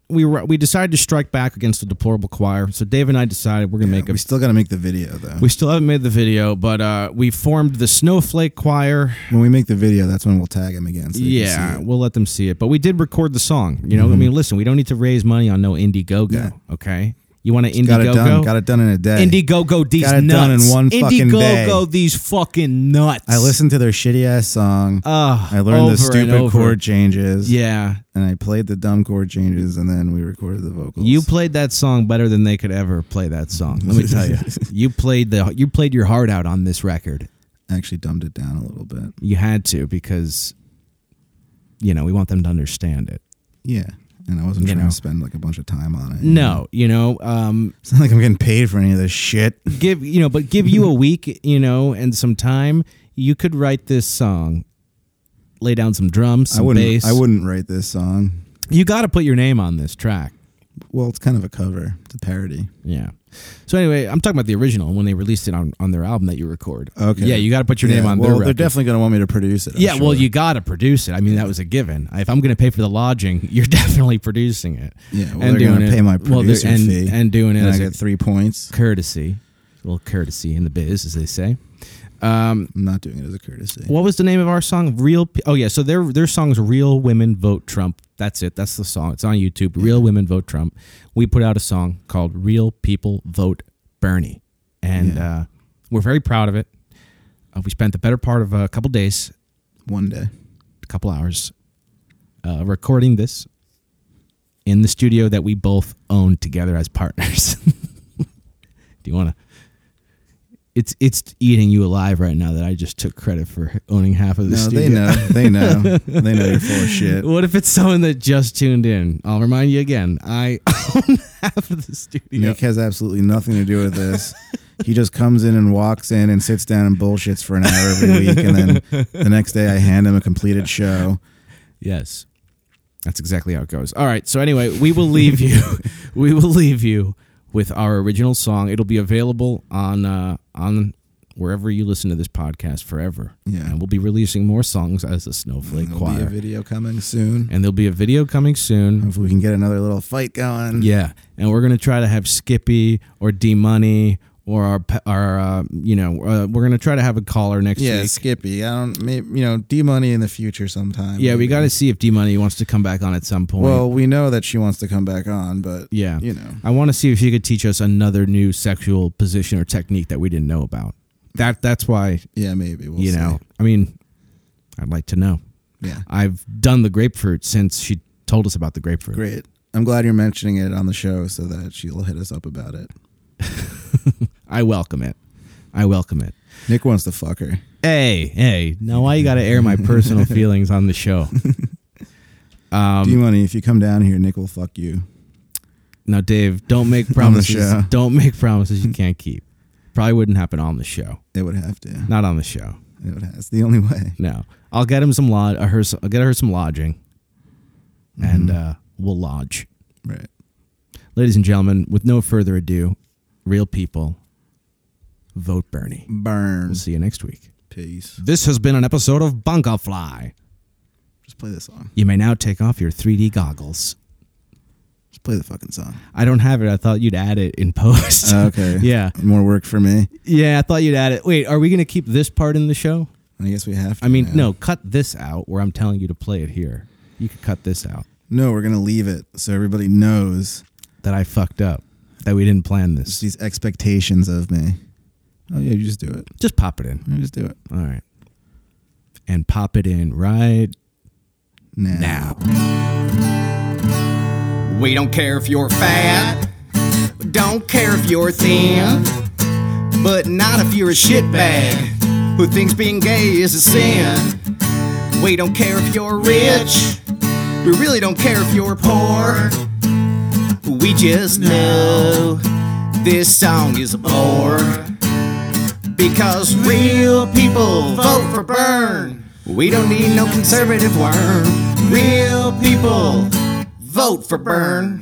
Speaker 3: we were we decided to strike back against the deplorable choir. So Dave and I decided we're gonna make a.
Speaker 4: We still got to make the video though.
Speaker 3: We still haven't made the video, but uh, we formed the Snowflake Choir.
Speaker 4: when we make the video, that's when we'll tag him again. So they can
Speaker 3: yeah,
Speaker 4: see it. Mm-hmm.
Speaker 3: we'll let them see it. But we did record the song. You know, I mean, listen, we don't need to raise money on no Indiegogo.
Speaker 4: Yeah.
Speaker 3: Okay, you want to
Speaker 4: got
Speaker 3: Indiegogo?
Speaker 4: it done. Got it done in a day.
Speaker 3: Indiegogo these
Speaker 4: Got it
Speaker 3: nuts.
Speaker 4: done in one fucking day.
Speaker 3: Indiegogo these fucking nuts.
Speaker 4: I listened to their shitty ass song.
Speaker 3: Ugh,
Speaker 4: I learned
Speaker 3: Uh, over
Speaker 4: the
Speaker 3: and
Speaker 4: stupid
Speaker 3: over.
Speaker 4: chord changes.
Speaker 3: Yeah,
Speaker 4: and I played the dumb chord changes, and then we recorded the vocals.
Speaker 3: you played that song better than they could ever play that song. Let me
Speaker 4: *laughs*
Speaker 3: tell you, you played the you played your heart out on this record.
Speaker 4: actually dumbed it down a little bit.
Speaker 3: You had to because, you know, we want them to understand it.
Speaker 4: Yeah, and I wasn't
Speaker 3: You
Speaker 4: trying
Speaker 3: know.
Speaker 4: to spend like a bunch of time on it.
Speaker 3: No, you know, um,
Speaker 4: it's not like I'm getting paid for any of this shit.
Speaker 3: give you know, but give you a week, you know, and some time, you could write this song, lay down some drums,
Speaker 4: I
Speaker 3: some
Speaker 4: wouldn't.
Speaker 3: bass.
Speaker 4: I wouldn't write this song.
Speaker 3: You got to put your name on this track.
Speaker 4: Well, it's kind of a cover. It's a parody.
Speaker 3: Yeah. So anyway, I'm talking about the original when they released it on, on their album that you record.
Speaker 4: Okay.
Speaker 3: Yeah, you got to put your name
Speaker 4: Yeah,
Speaker 3: on
Speaker 4: well,
Speaker 3: their
Speaker 4: they're
Speaker 3: record.
Speaker 4: definitely going to want me to produce it. I'm
Speaker 3: yeah, well,
Speaker 4: sure.
Speaker 3: you got to produce it. I mean, that was a given. If I'm going to pay for the lodging, *laughs* you're definitely producing it.
Speaker 4: Yeah, well, they're going
Speaker 3: doing
Speaker 4: to
Speaker 3: it-
Speaker 4: pay my
Speaker 3: well, they're-
Speaker 4: producer
Speaker 3: and,
Speaker 4: fee,
Speaker 3: and doing it
Speaker 4: and
Speaker 3: as
Speaker 4: I
Speaker 3: a
Speaker 4: get three points.
Speaker 3: courtesy, a little courtesy in the biz, as they say.
Speaker 4: I'm not doing it as a courtesy.
Speaker 3: What was the name of our song? Real. P- Oh yeah, so their their song's "Real Women Vote Trump." That's it. That's the song. It's on YouTube. "Real Women Vote Trump." We put out a song called "Real People Vote Bernie," and uh, we're very proud of it. Uh, we spent the better part of a couple days,
Speaker 4: One day,
Speaker 3: a couple hours, uh, recording this in the studio that we both own together as partners. *laughs* Do you want to? It's it's eating you alive right now that I just took credit for owning half of the
Speaker 4: no,
Speaker 3: studio.
Speaker 4: they know. They know.
Speaker 3: *laughs*
Speaker 4: they know you're full of shit.
Speaker 3: What if it's someone that just tuned in? I'll remind you again. I *laughs* own half of the studio.
Speaker 4: Nick has absolutely nothing to do with this. he just comes in and walks in and sits down and bullshits for an hour every week, and then the next day I hand him a completed show.
Speaker 3: Yes. That's exactly how it goes. All right. So anyway, we will leave you. *laughs* we will leave you with our original song. It'll be available on uh, on wherever you listen to this podcast forever.
Speaker 4: Yeah.
Speaker 3: And we'll be releasing more songs as the Snowflake
Speaker 4: There'll be a
Speaker 3: Choir.
Speaker 4: video coming soon.
Speaker 3: and there'll be a video coming soon.
Speaker 4: If we can get another little fight going,
Speaker 3: Yeah, and we're gonna try to have Skippy or D Money or our pe- our uh, you know uh, we're gonna try to have a caller next
Speaker 4: yeah,
Speaker 3: week.
Speaker 4: Skippy. I don't, maybe, you know, D money in the future sometime.
Speaker 3: Yeah, we
Speaker 4: maybe.
Speaker 3: got to see if D Money wants to come back on at some point.
Speaker 4: Well, we know that she wants to come back on, but
Speaker 3: yeah,
Speaker 4: you know,
Speaker 3: I want to see if she could teach us another new sexual position or technique that we didn't know about. That that's why
Speaker 4: yeah, maybe we'll
Speaker 3: you
Speaker 4: see.
Speaker 3: know. I mean, I'd like to know.
Speaker 4: yeah,
Speaker 3: I've done the grapefruit since she told us about the grapefruit.
Speaker 4: great. I'm glad you're mentioning it on the show so that she'll hit us up about it.
Speaker 3: I welcome it. I welcome it.
Speaker 4: Nick wants to fuck her.
Speaker 3: Hey, hey, now why you got to air
Speaker 4: *laughs*
Speaker 3: my personal feelings on the show? Um,
Speaker 4: D money, if you come down here, Nick will fuck you.
Speaker 3: Now, Dave, don't
Speaker 4: *laughs*
Speaker 3: make promises.
Speaker 4: show.
Speaker 3: Don't make promises you can't keep. Probably wouldn't happen on the show.
Speaker 4: It would have to.
Speaker 3: Not on the show.
Speaker 4: It would have. It's the only way.
Speaker 3: No. I'll get him some lod. Uh, her. s- I'll get her some lodging, and
Speaker 4: Mm-hmm.
Speaker 3: uh, we'll lodge.
Speaker 4: Right.
Speaker 3: Ladies and gentlemen, with no further ado, real people, vote Bernie. We'll
Speaker 4: Burns.
Speaker 3: see you next week.
Speaker 4: Peace.
Speaker 3: This has been an episode of Bunker Fly.
Speaker 4: Just play the song.
Speaker 3: You may now take off your 3D goggles.
Speaker 4: Just play the
Speaker 3: *laughs*
Speaker 4: fucking song.
Speaker 3: I don't have it. I thought you'd add it in *laughs* post.
Speaker 4: Oh, Okay.
Speaker 3: yeah.
Speaker 4: More work for me.
Speaker 3: Yeah, I thought you'd add it. Wait, are we going to keep this part in the show?
Speaker 4: I guess we have to.
Speaker 3: I mean,
Speaker 4: now.
Speaker 3: no, cut this out where I'm telling you to play it here. You could cut this out.
Speaker 4: No, we're going to leave it so everybody knows
Speaker 3: That I fucked up. That we didn't plan this.
Speaker 4: these expectations of me. Oh, yeah, you just do it.
Speaker 3: Just pop it in.
Speaker 4: You just do it.
Speaker 3: All right. And pop it in right
Speaker 4: Now.
Speaker 3: now. We don't care if you're fat. Don't care if you're thin. But not if you're a shitbag who thinks being gay is a sin. We don't care if you're rich. We really don't care if you're poor. We just know this song is a bore. Because real people vote for Burn. We don't need no conservative worm. Real people vote for Burn.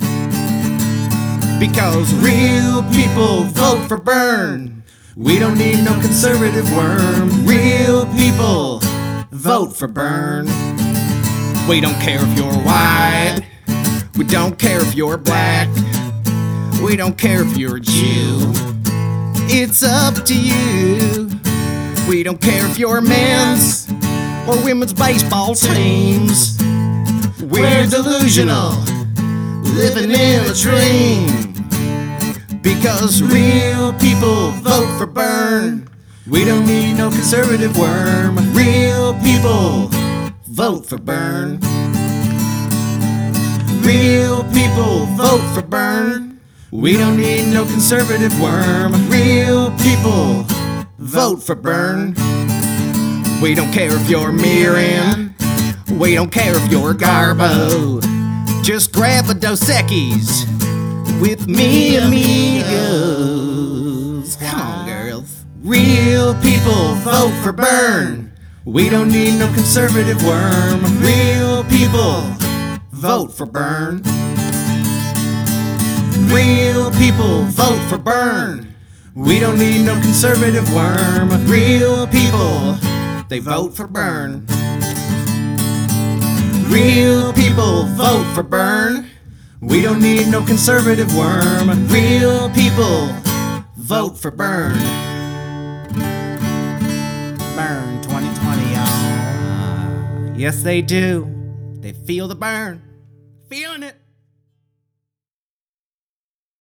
Speaker 3: Because real people vote for Burn. We don't need no conservative worm. Real people vote for Burn. We don't care if you're white.
Speaker 4: We don't care if you're black. We don't care if you're a Jew. It's up to you. We don't care if you're men's or women's baseball teams. We're delusional, living in a dream. Because real people vote for Burn. We don't need no conservative worm. Real people vote for Burn. Real people vote for Burn. We don't need no conservative worm. Real people vote for Burn. We don't care if you're Miriam. We don't care if you're Garbo. Just grab a Dos Equis with me, amigos. Come on, girls. Real people vote for Burn. We don't need no conservative worm. Real people vote for Burn. Real people vote for Burn. We don't need no conservative worm. Real people, they vote for Burn. Real people vote for Burn. We don't need no conservative worm. Real people vote for Burn. Burn 2020, y'all. Yes, they do. They feel the burn. Feeling it.